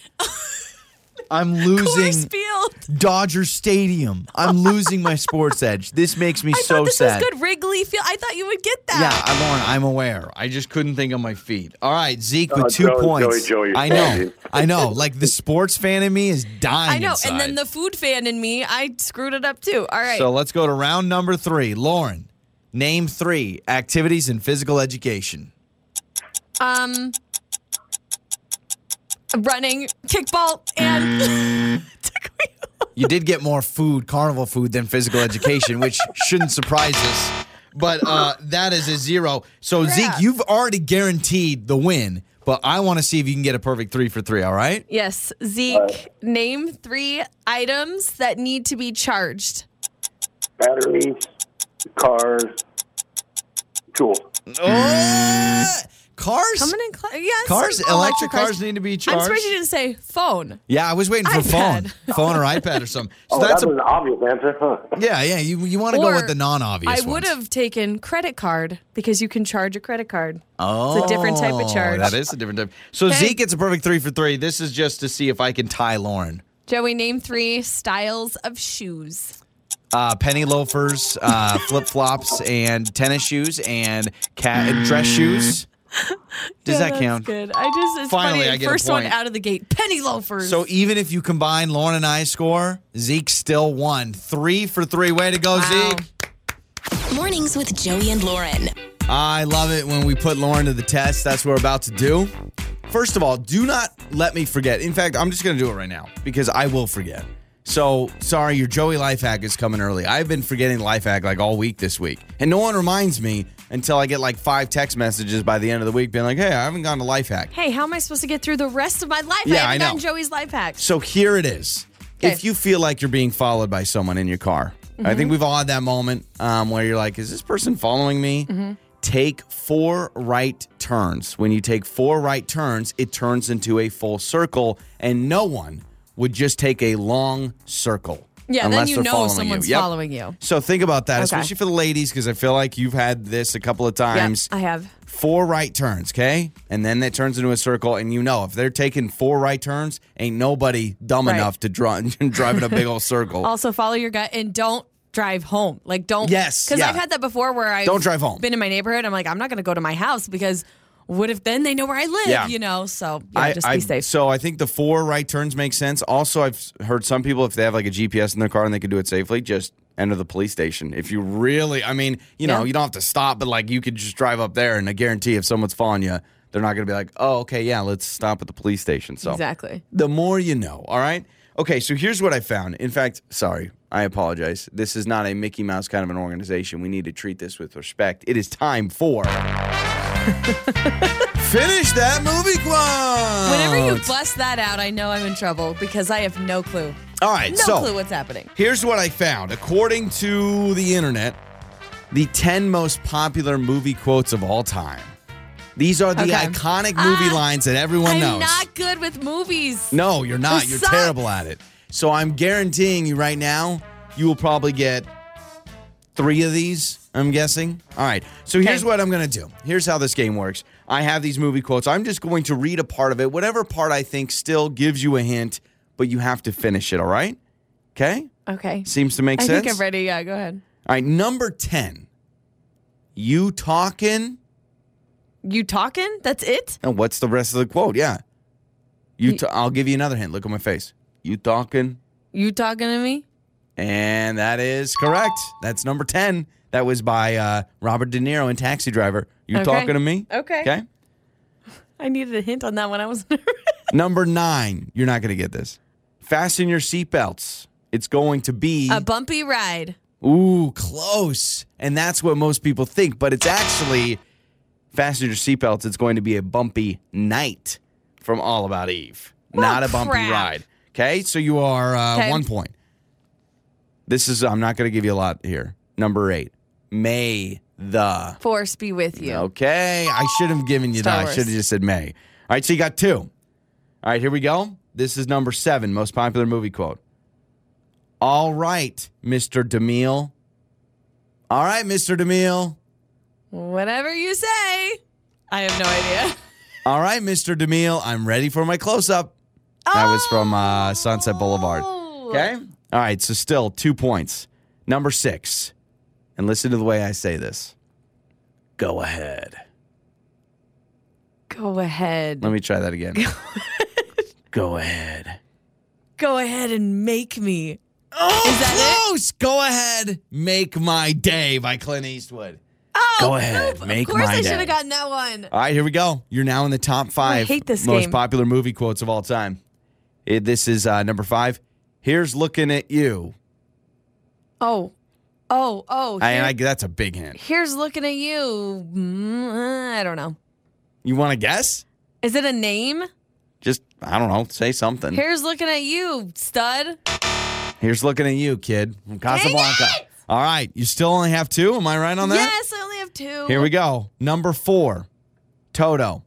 [SPEAKER 1] I'm
[SPEAKER 2] Coors
[SPEAKER 1] losing
[SPEAKER 2] Field.
[SPEAKER 1] Dodger Stadium. I'm losing my sports edge. This makes me
[SPEAKER 2] I
[SPEAKER 1] so
[SPEAKER 2] thought this
[SPEAKER 1] sad.
[SPEAKER 2] was good. Wrigley Field. I thought you would get
[SPEAKER 1] Yeah,
[SPEAKER 2] that.
[SPEAKER 1] I- Lauren, I'm aware. I just couldn't think on my feet. All right, Zeke with
[SPEAKER 4] Oh,
[SPEAKER 1] two
[SPEAKER 4] Joey,
[SPEAKER 1] points.
[SPEAKER 4] Joey, Joey,
[SPEAKER 1] I know.
[SPEAKER 4] Joey.
[SPEAKER 1] I know. Like the sports fan in me is dying.
[SPEAKER 2] I know. And then
[SPEAKER 1] inside.
[SPEAKER 2] the food fan in me, I screwed it up too. All right.
[SPEAKER 1] So let's go to round number three. Lauren, name three activities in physical education.
[SPEAKER 2] um, running, kickball,
[SPEAKER 1] Mm.
[SPEAKER 2] and
[SPEAKER 1] You did get more food, carnival food, than physical education, which shouldn't surprise us. But uh, that is a zero. So Zeke, you've already guaranteed the win, but I want to see if you can get a perfect three for three. All right.
[SPEAKER 2] [LAUGHS] yes, Zeke, name three items that need to be charged.
[SPEAKER 4] Batteries, cars, tools.
[SPEAKER 1] Oh, cars.
[SPEAKER 2] Coming in, cl- yes,
[SPEAKER 1] Cars,
[SPEAKER 2] electric
[SPEAKER 1] electric cars. need to be
[SPEAKER 2] I'm
[SPEAKER 1] charged.
[SPEAKER 2] surprised you didn't say phone.
[SPEAKER 1] yeah, I was waiting for
[SPEAKER 2] iPad.
[SPEAKER 1] phone, [LAUGHS] phone or iPad or something. So
[SPEAKER 4] Oh,
[SPEAKER 1] that's
[SPEAKER 4] that
[SPEAKER 1] a
[SPEAKER 4] was an obvious answer, huh?
[SPEAKER 1] yeah, yeah. You you want to go
[SPEAKER 2] Or
[SPEAKER 1] with the non-obvious?
[SPEAKER 2] I would
[SPEAKER 1] ones.
[SPEAKER 2] have taken credit card because you can charge a credit card.
[SPEAKER 1] Oh,
[SPEAKER 2] It's a different type of charge.
[SPEAKER 1] That is a different type. So
[SPEAKER 2] Okay.
[SPEAKER 1] Zeke gets a perfect three for three. This is just to see if I can tie Lauren.
[SPEAKER 2] Joey, name three styles of shoes.
[SPEAKER 1] Uh, penny loafers,
[SPEAKER 2] [LAUGHS]
[SPEAKER 1] uh, flip flops, and tennis shoes, and cat and dress
[SPEAKER 2] [LAUGHS]
[SPEAKER 1] shoes. Does
[SPEAKER 2] Yeah,
[SPEAKER 1] that
[SPEAKER 2] that's
[SPEAKER 1] count?
[SPEAKER 2] Good. I just it's
[SPEAKER 1] Finally,
[SPEAKER 2] funny.
[SPEAKER 1] I get a
[SPEAKER 2] First one
[SPEAKER 1] point.
[SPEAKER 2] out of the gate. Penny loafers.
[SPEAKER 1] So even if you combine Lauren and I score, Zeke still won. Three for three. Way to go,
[SPEAKER 2] Wow.
[SPEAKER 1] Zeke.
[SPEAKER 3] Mornings with Joey and Lauren.
[SPEAKER 1] I love it when we put Lauren to the test. That's what we're about to do. First of all, do not let me forget. In fact, I'm just going to do it right now because I will forget. So, sorry, your Joey life hack is coming early. I've been forgetting life hack like all week this week. And no one reminds me until I get like five text messages by the end of the week being like, hey, I haven't gone to life hack.
[SPEAKER 2] hey, how am I supposed to get through the rest of my life?
[SPEAKER 1] Yeah,
[SPEAKER 2] I
[SPEAKER 1] I
[SPEAKER 2] haven't
[SPEAKER 1] know.
[SPEAKER 2] gotten Joey's life hacks.
[SPEAKER 1] So here it is.
[SPEAKER 2] Okay. Mm-hmm.
[SPEAKER 1] If you feel like you're being followed by someone in your car, I think we've all had that moment um, where you're like, is this person following me?
[SPEAKER 2] Mm-hmm.
[SPEAKER 1] Take four right turns. When you take four right turns, it turns into a full circle, and no one would just take a long circle.
[SPEAKER 2] Yeah, then
[SPEAKER 1] unless
[SPEAKER 2] you
[SPEAKER 1] they're
[SPEAKER 2] know
[SPEAKER 1] following you.
[SPEAKER 2] someone's
[SPEAKER 1] Yep.
[SPEAKER 2] following you.
[SPEAKER 1] So think about that,
[SPEAKER 2] Okay.
[SPEAKER 1] especially for the ladies, because I feel like you've had this a couple of
[SPEAKER 2] Yeah,
[SPEAKER 1] times
[SPEAKER 2] I have.
[SPEAKER 1] four right turns, okay? And then that turns into a circle, and you know if they're taking four right turns, ain't nobody dumb
[SPEAKER 2] Right.
[SPEAKER 1] enough to draw [LAUGHS] drive in a big old circle.
[SPEAKER 2] Also, follow your gut and don't drive home. Like, don't.
[SPEAKER 1] Yes,
[SPEAKER 2] Because
[SPEAKER 1] yeah.
[SPEAKER 2] I've had that before where I
[SPEAKER 1] Don't drive home.
[SPEAKER 2] Been in my neighborhood. I'm like, I'm not going to go to my house because what if then they know where I live?
[SPEAKER 1] Yeah.
[SPEAKER 2] You know. So yeah, just be safe.
[SPEAKER 1] So I think the four right turns make sense. Also, I've heard some people if they have like a GPS in their car and they can do it safely, just enter the police station. If you really, I mean, you know,
[SPEAKER 2] Yeah.
[SPEAKER 1] you don't have to stop, but like you could just drive up there, and I guarantee if someone's following you, they're not going to be like, oh, okay, yeah, let's stop at the police station. So
[SPEAKER 2] exactly.
[SPEAKER 1] the more you know, all right? Okay, so here's what I found. In fact, sorry, I apologize. This is not a Mickey Mouse kind of an
[SPEAKER 2] [LAUGHS]
[SPEAKER 1] organization. We need to treat this with respect. It is time for Finish that movie quote.
[SPEAKER 2] Whenever you bust that out, I know I'm in trouble because I have no clue.
[SPEAKER 1] All right,
[SPEAKER 2] No
[SPEAKER 1] so
[SPEAKER 2] clue what's happening.
[SPEAKER 1] Here's what I found. According to the internet, the 10 most popular movie quotes of all time. These are the
[SPEAKER 2] Okay.
[SPEAKER 1] iconic movie
[SPEAKER 2] Ah,
[SPEAKER 1] lines that everyone
[SPEAKER 2] I'm
[SPEAKER 1] knows.
[SPEAKER 2] not good with movies.
[SPEAKER 1] no, you're not.
[SPEAKER 2] I
[SPEAKER 1] you're
[SPEAKER 2] suck.
[SPEAKER 1] terrible at it. So I'm guaranteeing you right now, you will probably get three of these, I'm guessing. All right. So here's
[SPEAKER 2] Okay.
[SPEAKER 1] what I'm going to do. Here's how this game works. I have these movie quotes. I'm just going to read a part of it, whatever part I think still gives you a hint, but you have to finish it, all right? Okay?
[SPEAKER 2] Okay.
[SPEAKER 1] Seems to make
[SPEAKER 2] I
[SPEAKER 1] sense.
[SPEAKER 2] think I'm ready. Yeah, go ahead.
[SPEAKER 1] All right, number 10. You talking?
[SPEAKER 2] You talking? That's it?
[SPEAKER 1] And what's the rest of the quote? Yeah. You t- I'll give you another hint. Look at my face. You talking?
[SPEAKER 2] You talking to me?
[SPEAKER 1] And that is correct. That's number 10. That was by uh, Robert De Niro in Taxi Driver. You
[SPEAKER 2] Okay.
[SPEAKER 1] talking to me?
[SPEAKER 2] Okay.
[SPEAKER 1] Okay.
[SPEAKER 2] I needed a hint on that one. I was
[SPEAKER 1] E.
[SPEAKER 2] nervous.
[SPEAKER 1] Number 9. You're not going to get this. Fasten your seatbelts. It's going to be
[SPEAKER 2] A bumpy ride.
[SPEAKER 1] Ooh, close. And that's what most people think, but it's actually fasten your seatbelts. It's going to be a bumpy night from All About Eve, not a bumpy
[SPEAKER 2] crap.
[SPEAKER 1] ride. Okay, so you are uh,
[SPEAKER 2] 'Kay.
[SPEAKER 1] one point. This is, I'm not going to give you a lot here. Number eight, May the.
[SPEAKER 2] Force be with you.
[SPEAKER 1] Okay, I should have given you
[SPEAKER 2] Star
[SPEAKER 1] that. I
[SPEAKER 2] Wars.
[SPEAKER 1] should have just said May. All right, so you got two. All right, here we go. This is number seven, most popular movie quote. All right, Mr. DeMille. All right, Mr. DeMille.
[SPEAKER 2] Whatever you say. I have no idea.
[SPEAKER 1] All right, Mr. DeMille. I'm ready for my close up. That
[SPEAKER 2] Oh!
[SPEAKER 1] was from uh, Sunset Boulevard. Okay. All right, so still two points. Number six. And listen to the way I say this. Go ahead.
[SPEAKER 2] Go ahead.
[SPEAKER 1] Let me try that again. Go ahead.
[SPEAKER 2] Go ahead and make me.
[SPEAKER 1] Oh,
[SPEAKER 2] that
[SPEAKER 1] close. Go ahead, make my day by Clint Eastwood.
[SPEAKER 2] Oh,
[SPEAKER 1] Go ahead,
[SPEAKER 2] poop.
[SPEAKER 1] make
[SPEAKER 2] Of course
[SPEAKER 1] my
[SPEAKER 2] I
[SPEAKER 1] day.
[SPEAKER 2] should have gotten that one.
[SPEAKER 1] All right, here we go. You're now in the top five
[SPEAKER 2] hate this
[SPEAKER 1] most
[SPEAKER 2] game.
[SPEAKER 1] popular movie quotes of all time. It- this is uh, number five. Here's looking at you.
[SPEAKER 2] Oh, oh, oh.
[SPEAKER 1] I,
[SPEAKER 2] here-
[SPEAKER 1] I, that's a big hint.
[SPEAKER 2] here's looking at you. Mm, I don't know.
[SPEAKER 1] You want to guess?
[SPEAKER 2] Is it a name?
[SPEAKER 1] Just I don't know. Say something.
[SPEAKER 2] Here's looking at you, stud.
[SPEAKER 1] Here's looking at you, kid from Casablanca. All right, you still only have two. Am I right on that?
[SPEAKER 2] Yes, I only have two.
[SPEAKER 1] Here we go. Number four, Toto.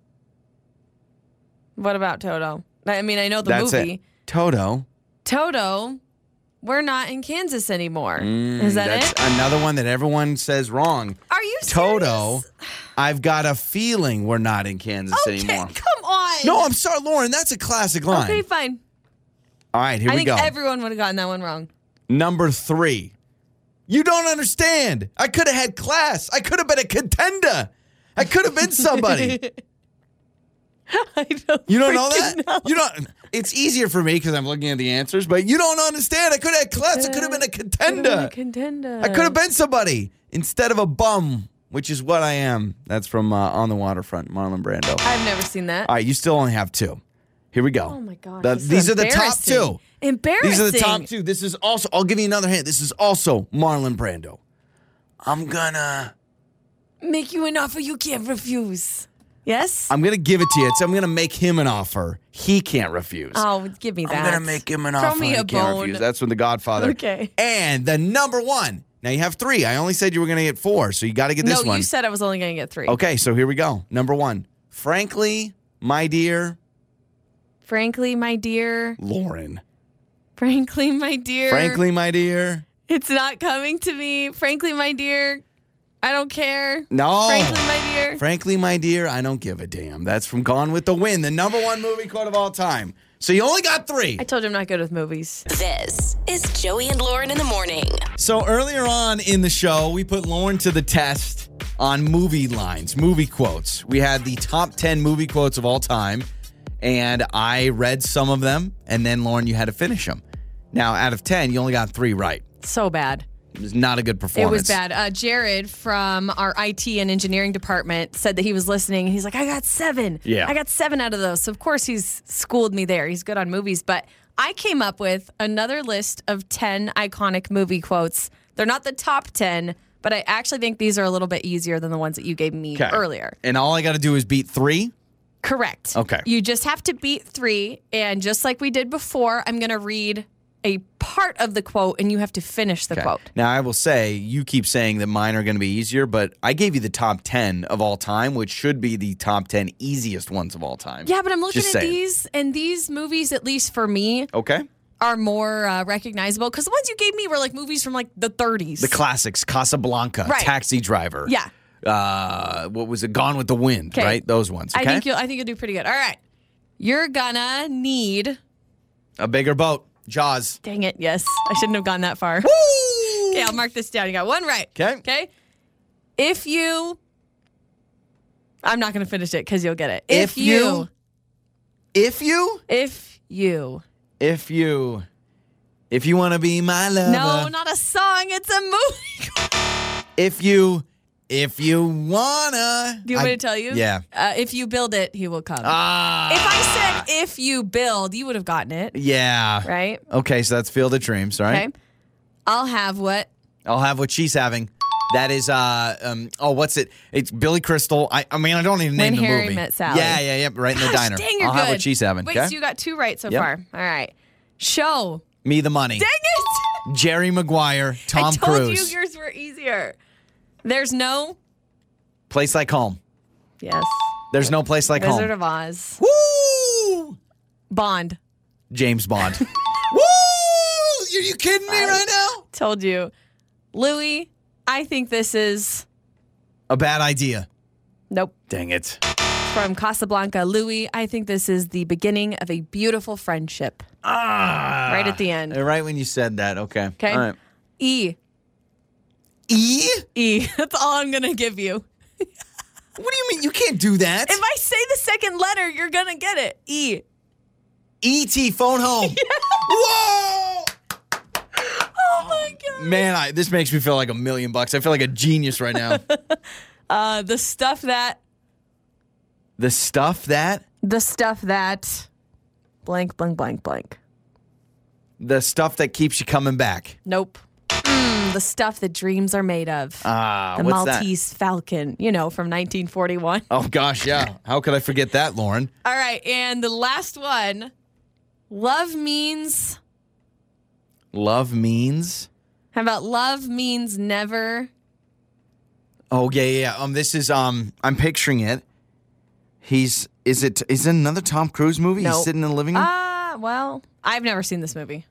[SPEAKER 2] What about Toto? I mean, I know the
[SPEAKER 1] that's
[SPEAKER 2] movie.
[SPEAKER 1] it. Toto.
[SPEAKER 2] Toto, we're not in Kansas anymore.
[SPEAKER 1] Mm,
[SPEAKER 2] Is that
[SPEAKER 1] that's
[SPEAKER 2] it?
[SPEAKER 1] another one that everyone says wrong.
[SPEAKER 2] Are you
[SPEAKER 1] Toto,
[SPEAKER 2] serious?
[SPEAKER 1] I've got a feeling we're not in Kansas
[SPEAKER 2] Okay,
[SPEAKER 1] anymore.
[SPEAKER 2] come on.
[SPEAKER 1] No, I'm sorry, Lauren. That's a classic line.
[SPEAKER 2] Okay, fine.
[SPEAKER 1] All right, here
[SPEAKER 2] I
[SPEAKER 1] we
[SPEAKER 2] think
[SPEAKER 1] go.
[SPEAKER 2] everyone would have gotten that one wrong.
[SPEAKER 1] Number three. You don't understand. I could have had class. I could have been a contender. I could have been
[SPEAKER 2] [LAUGHS]
[SPEAKER 1] somebody.
[SPEAKER 2] I don't.
[SPEAKER 1] You don't know
[SPEAKER 2] freaking [LAUGHS]
[SPEAKER 1] that? You don't. It's easier for me because I'm looking at the answers, but you don't understand. I could have had class. I could have been a
[SPEAKER 2] Could've Uh, been
[SPEAKER 1] contender.
[SPEAKER 2] a contender.
[SPEAKER 1] I could have been somebody instead of a bum, which is what I am. That's from uh, On the Waterfront, Marlon Brando.
[SPEAKER 2] I've never seen that.
[SPEAKER 1] All right, you still only have two. Here we go.
[SPEAKER 2] oh my god.
[SPEAKER 1] The-
[SPEAKER 2] this is
[SPEAKER 1] these are the top
[SPEAKER 2] embarrassing.
[SPEAKER 1] two.
[SPEAKER 2] Embarrassing.
[SPEAKER 1] These are the top two. This is also, I'll give you another hint. This is also Marlon Brando. I'm gonna,
[SPEAKER 2] Make you an offer you can't refuse. Yes.
[SPEAKER 1] I'm gonna give it to you. It's, I'm gonna make him an offer. He can't refuse.
[SPEAKER 2] oh, give me that.
[SPEAKER 1] I'm gonna make him an
[SPEAKER 2] Throw
[SPEAKER 1] offer.
[SPEAKER 2] me
[SPEAKER 1] he
[SPEAKER 2] a
[SPEAKER 1] can't
[SPEAKER 2] bone.
[SPEAKER 1] refuse. That's when the Godfather.
[SPEAKER 2] Okay.
[SPEAKER 1] And the number one. Now you have three. I only said you were gonna get four, so you got to get
[SPEAKER 2] No,
[SPEAKER 1] this one.
[SPEAKER 2] you said I was only gonna get three.
[SPEAKER 1] okay, so here we go. Number one. Frankly, my dear
[SPEAKER 2] Frankly, my dear.
[SPEAKER 1] Lauren.
[SPEAKER 2] Frankly, my dear.
[SPEAKER 1] Frankly, my dear.
[SPEAKER 2] It's not coming to me. Frankly, my dear, I don't care.
[SPEAKER 1] No.
[SPEAKER 2] Frankly, my dear.
[SPEAKER 1] Frankly, my dear, I don't give a damn. That's from Gone with the Wind, the number one movie quote of all time. So you only got three.
[SPEAKER 2] I told you I'm not good with movies.
[SPEAKER 3] This is Joey and Lauren in the morning.
[SPEAKER 1] So earlier on in the show, we put Lauren to the test on movie lines, movie quotes. We had the top 10 movie quotes of all time, and I read some of them, and then Lauren, you had to finish them. Now, out of 10, you only got three right.
[SPEAKER 2] So bad.
[SPEAKER 1] It was not a good
[SPEAKER 2] It
[SPEAKER 1] performance.
[SPEAKER 2] was bad. Uh, Jared from our IT and engineering department said that he was listening. and He's like, I got seven.
[SPEAKER 1] Yeah.
[SPEAKER 2] I got seven out of those. So, of course, he's schooled me there. He's good on movies. But I came up with another list of 10 iconic movie quotes. They're not the top 10, but I actually think these are a little bit easier than the ones that you gave me
[SPEAKER 1] Okay.
[SPEAKER 2] earlier.
[SPEAKER 1] And all I got to do is beat three,
[SPEAKER 2] Correct.
[SPEAKER 1] Okay.
[SPEAKER 2] You just have to beat three. And just like we did before, I'm going to read a part of the quote and you have to finish the
[SPEAKER 1] Okay.
[SPEAKER 2] quote.
[SPEAKER 1] Now, I will say, you keep saying that mine are going to be easier, but I gave you the top 10 of all time, which should be the top 10 easiest ones of all time.
[SPEAKER 2] Yeah, but I'm looking
[SPEAKER 1] Just
[SPEAKER 2] at
[SPEAKER 1] saying.
[SPEAKER 2] these, and these movies, at least for me,
[SPEAKER 1] Okay.
[SPEAKER 2] are more uh, recognizable because the ones you gave me were like movies from like the 30s.
[SPEAKER 1] The classics Casablanca,
[SPEAKER 2] Right.
[SPEAKER 1] Taxi Driver.
[SPEAKER 2] Yeah.
[SPEAKER 1] Uh, what was it? Gone with the Wind,
[SPEAKER 2] 'Kay.
[SPEAKER 1] right? Those ones.
[SPEAKER 2] I
[SPEAKER 1] Okay.
[SPEAKER 2] think you'll. I think you'll do pretty good. All right, you're gonna need.
[SPEAKER 1] A bigger boat. Jaws.
[SPEAKER 2] Dang it! Yes, I shouldn't have gone that far. Okay, I'll mark this down. You got one right.
[SPEAKER 1] 'Kay.
[SPEAKER 2] Okay. If you, I'm not gonna finish it because you'll get it.
[SPEAKER 1] If you- If you,
[SPEAKER 2] if you.
[SPEAKER 1] if you, if you want to be my lover.
[SPEAKER 2] No, not a song. It's a movie. [LAUGHS]
[SPEAKER 1] If you, if you wanna.
[SPEAKER 2] Do you want
[SPEAKER 1] I-
[SPEAKER 2] me to tell you?
[SPEAKER 1] Yeah.
[SPEAKER 2] Uh, if you build it, he will come.
[SPEAKER 1] Ah.
[SPEAKER 2] If I said if you build, you would have gotten it,
[SPEAKER 1] Yeah.
[SPEAKER 2] right?
[SPEAKER 1] Okay, so that's Field of Dreams, right?
[SPEAKER 2] Okay. I'll have what?
[SPEAKER 1] I'll have what she's having. That is, uh, um, oh, what's it? It's Billy Crystal. I, I mean, I don't even
[SPEAKER 2] When
[SPEAKER 1] name the
[SPEAKER 2] Harry
[SPEAKER 1] movie.
[SPEAKER 2] Met Sally.
[SPEAKER 1] Yeah, yeah, yeah. Right in the
[SPEAKER 2] Gosh,
[SPEAKER 1] diner.
[SPEAKER 2] Dang, you're
[SPEAKER 1] I'll
[SPEAKER 2] good.
[SPEAKER 1] have what she's having.
[SPEAKER 2] Wait,
[SPEAKER 1] okay?
[SPEAKER 2] so you got two right so
[SPEAKER 1] Yep.
[SPEAKER 2] far. All right. Show.
[SPEAKER 1] Me the money.
[SPEAKER 2] Dang it! [LAUGHS]
[SPEAKER 1] Jerry Maguire, Tom
[SPEAKER 2] I told
[SPEAKER 1] Cruise.
[SPEAKER 2] you yours were easier. There's no.
[SPEAKER 1] place like home.
[SPEAKER 2] Yes.
[SPEAKER 1] There's no place like
[SPEAKER 2] Wizard
[SPEAKER 1] home.
[SPEAKER 2] of Oz.
[SPEAKER 1] Woo!
[SPEAKER 2] Bond.
[SPEAKER 1] James
[SPEAKER 2] [LAUGHS]
[SPEAKER 1] Bond. Woo! Are you kidding me right now?
[SPEAKER 2] Told you. Louis. I think this is.
[SPEAKER 1] A bad idea.
[SPEAKER 2] Nope.
[SPEAKER 1] Dang it.
[SPEAKER 2] From Casablanca. Louis. I think this is the beginning of a beautiful friendship.
[SPEAKER 1] Ah.
[SPEAKER 2] Right at the end.
[SPEAKER 1] Right when you said that. Okay.
[SPEAKER 2] Okay.
[SPEAKER 1] All right.
[SPEAKER 2] E.
[SPEAKER 1] E?
[SPEAKER 2] E. [LAUGHS] That's all I'm going to give you.
[SPEAKER 1] What do you mean? You can't do that.
[SPEAKER 2] If I say the second letter, you're going to get it. E.
[SPEAKER 1] E.T. E phone
[SPEAKER 2] [LAUGHS]
[SPEAKER 1] home. Whoa!
[SPEAKER 2] Oh my God.
[SPEAKER 1] Man, I, this makes me feel like a million bucks. I feel like a genius right
[SPEAKER 2] [LAUGHS]
[SPEAKER 1] now.
[SPEAKER 2] Uh, the stuff that.
[SPEAKER 1] the stuff that,
[SPEAKER 2] The stuff that. Blank, blank, blank, blank.
[SPEAKER 1] the stuff that keeps you coming back.
[SPEAKER 2] Nope. Mm, the stuff that dreams are made of.
[SPEAKER 1] Ah,
[SPEAKER 2] the
[SPEAKER 1] what's
[SPEAKER 2] Maltese Falcon, you know, from 1941.
[SPEAKER 1] that? Oh gosh, yeah. How could I forget that, Lauren?
[SPEAKER 2] [LAUGHS] All right. And the last one. Love means.
[SPEAKER 1] Love means.
[SPEAKER 2] How about love means never?
[SPEAKER 1] Oh yeah, yeah. yeah. Um, this is um, I'm picturing it. He's is it is it another Tom Cruise movie?
[SPEAKER 2] Nope.
[SPEAKER 1] He's sitting in the living room.
[SPEAKER 2] Ah, well, I've never seen this movie.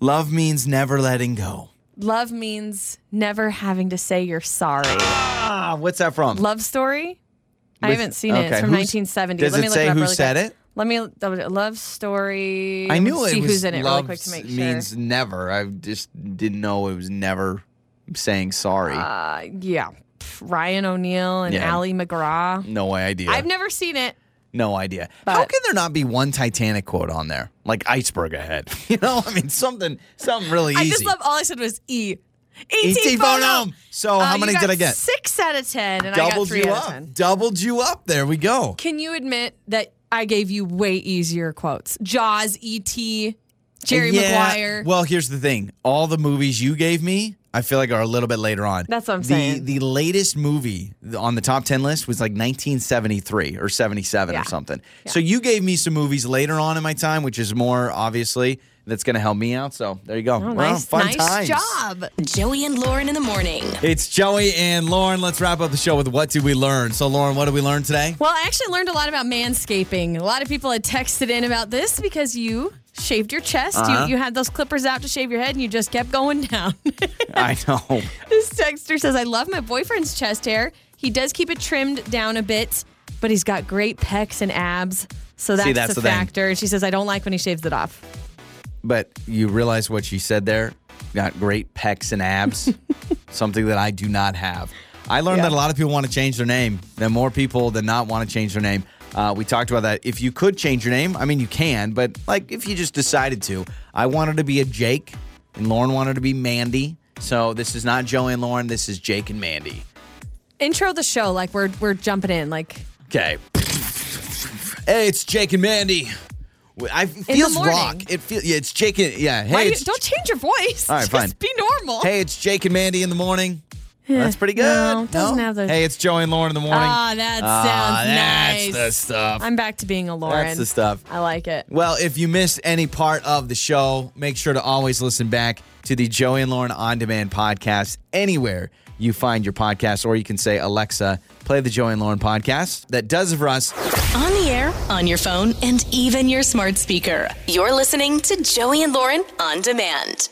[SPEAKER 1] Love means never letting go.
[SPEAKER 2] Love means never having to say you're sorry.
[SPEAKER 1] Ah, what's that from?
[SPEAKER 2] Love Story. I
[SPEAKER 1] With-
[SPEAKER 2] haven't seen it. It's
[SPEAKER 1] okay,
[SPEAKER 2] from
[SPEAKER 1] who's-
[SPEAKER 2] 1970.
[SPEAKER 1] does
[SPEAKER 2] Let
[SPEAKER 1] it
[SPEAKER 2] me look
[SPEAKER 1] say
[SPEAKER 2] it up
[SPEAKER 1] who
[SPEAKER 2] really
[SPEAKER 1] said
[SPEAKER 2] quick.
[SPEAKER 1] it?
[SPEAKER 2] Let me Love Story.
[SPEAKER 1] I
[SPEAKER 2] Let me
[SPEAKER 1] knew it
[SPEAKER 2] see
[SPEAKER 1] was
[SPEAKER 2] who's in it really
[SPEAKER 1] loves
[SPEAKER 2] quick to make
[SPEAKER 1] means
[SPEAKER 2] sure.
[SPEAKER 1] never. I just didn't know it was never saying sorry.
[SPEAKER 2] Uh, yeah, Pff, Ryan O'Neill and
[SPEAKER 1] Yeah.
[SPEAKER 2] Ally McGraw.
[SPEAKER 1] no idea.
[SPEAKER 2] I've never seen it.
[SPEAKER 1] no idea.
[SPEAKER 2] But-
[SPEAKER 1] How can there not be one Titanic quote on there? Like iceberg ahead. [LAUGHS] You know, I mean something something really
[SPEAKER 2] I
[SPEAKER 1] easy.
[SPEAKER 2] just love. All I said was E.
[SPEAKER 1] ET
[SPEAKER 2] E.T.
[SPEAKER 1] phone home. So
[SPEAKER 2] Uh,
[SPEAKER 1] Oh, how
[SPEAKER 2] you
[SPEAKER 1] many
[SPEAKER 2] got
[SPEAKER 1] did I get?
[SPEAKER 2] Six out of ten, and I got
[SPEAKER 1] Doubled
[SPEAKER 2] three
[SPEAKER 1] you
[SPEAKER 2] out of
[SPEAKER 1] up.
[SPEAKER 2] ten.
[SPEAKER 1] Doubled you up. There we go.
[SPEAKER 2] Can you admit that I gave you way easier quotes? Jaws, E.T., Jerry
[SPEAKER 1] Yeah.
[SPEAKER 2] Maguire.
[SPEAKER 1] Well, here's the thing. All the movies you gave me, I feel like are a little bit later on.
[SPEAKER 2] That's what I'm
[SPEAKER 1] the,
[SPEAKER 2] saying.
[SPEAKER 1] The latest movie on the top 10 list was like 1973 or 77
[SPEAKER 2] Yeah.
[SPEAKER 1] or something. So you gave me some movies later on in my time, which is more obviously that's going to help me out. So there you go.
[SPEAKER 2] Oh,
[SPEAKER 1] Well,
[SPEAKER 2] nice,
[SPEAKER 1] fun
[SPEAKER 2] nice
[SPEAKER 1] times.
[SPEAKER 2] job.
[SPEAKER 3] Joey and Lauren in the morning.
[SPEAKER 1] It's Joey and Lauren. Let's wrap up the show with what did we learn? So Lauren, what did we learn
[SPEAKER 2] [LAUGHS]
[SPEAKER 1] today?
[SPEAKER 2] Well, I actually learned a lot about manscaping. A lot of people had texted in about this because you shaved your chest.
[SPEAKER 1] Uh-huh.
[SPEAKER 2] You, you had those clippers out to shave your head and you just kept going [LAUGHS] down.
[SPEAKER 1] I know.
[SPEAKER 2] this texter says, I love my boyfriend's chest hair. He does keep it trimmed down a bit, but he's got great pecs and abs. So that's,
[SPEAKER 1] See, that's
[SPEAKER 2] a
[SPEAKER 1] the thing.
[SPEAKER 2] factor. She says, I don't like when he shaves it off.
[SPEAKER 1] But you realize what she said there? Got great pecs and
[SPEAKER 2] [LAUGHS]
[SPEAKER 1] abs, something that I do not have. I learned that a lot of people want to change their name. That more people than not want to change their name. Uh, we talked about that. If you could change your name, I mean, you can, but like if you just decided to, I wanted to be a Jake, and Lauren wanted to be Mandy. So this is not Joey and Lauren. This is Jake and Mandy.
[SPEAKER 2] Intro the show like we're we're jumping in like
[SPEAKER 1] Okay. Hey, it's Jake and Mandy. I, it
[SPEAKER 2] the
[SPEAKER 1] feels
[SPEAKER 2] morning.
[SPEAKER 1] rock. It feels yeah. It's Jake and yeah. Hey,
[SPEAKER 2] why you,
[SPEAKER 1] it's
[SPEAKER 2] don't change your voice.
[SPEAKER 1] All right,
[SPEAKER 2] [LAUGHS] Just
[SPEAKER 1] fine.
[SPEAKER 2] be normal.
[SPEAKER 1] Hey, it's Jake and Mandy in the morning. That's pretty good.
[SPEAKER 2] No, doesn't
[SPEAKER 1] No?
[SPEAKER 2] have those.
[SPEAKER 1] Hey, it's Joey and Lauren in the morning.
[SPEAKER 2] Ah, that
[SPEAKER 1] Ah,
[SPEAKER 2] sounds
[SPEAKER 1] that's
[SPEAKER 2] nice.
[SPEAKER 1] the stuff.
[SPEAKER 2] I'm back to being a Lauren.
[SPEAKER 1] That's the stuff.
[SPEAKER 2] I like it.
[SPEAKER 1] Well, if you missed any part of the show, make sure to always listen back to the Joey and Lauren On Demand podcast anywhere you find your podcast, or you can say, Alexa, play the Joey and Lauren podcast. That does it for us.
[SPEAKER 3] On the air, on your phone, and even your smart speaker. You're listening to Joey and Lauren on demand.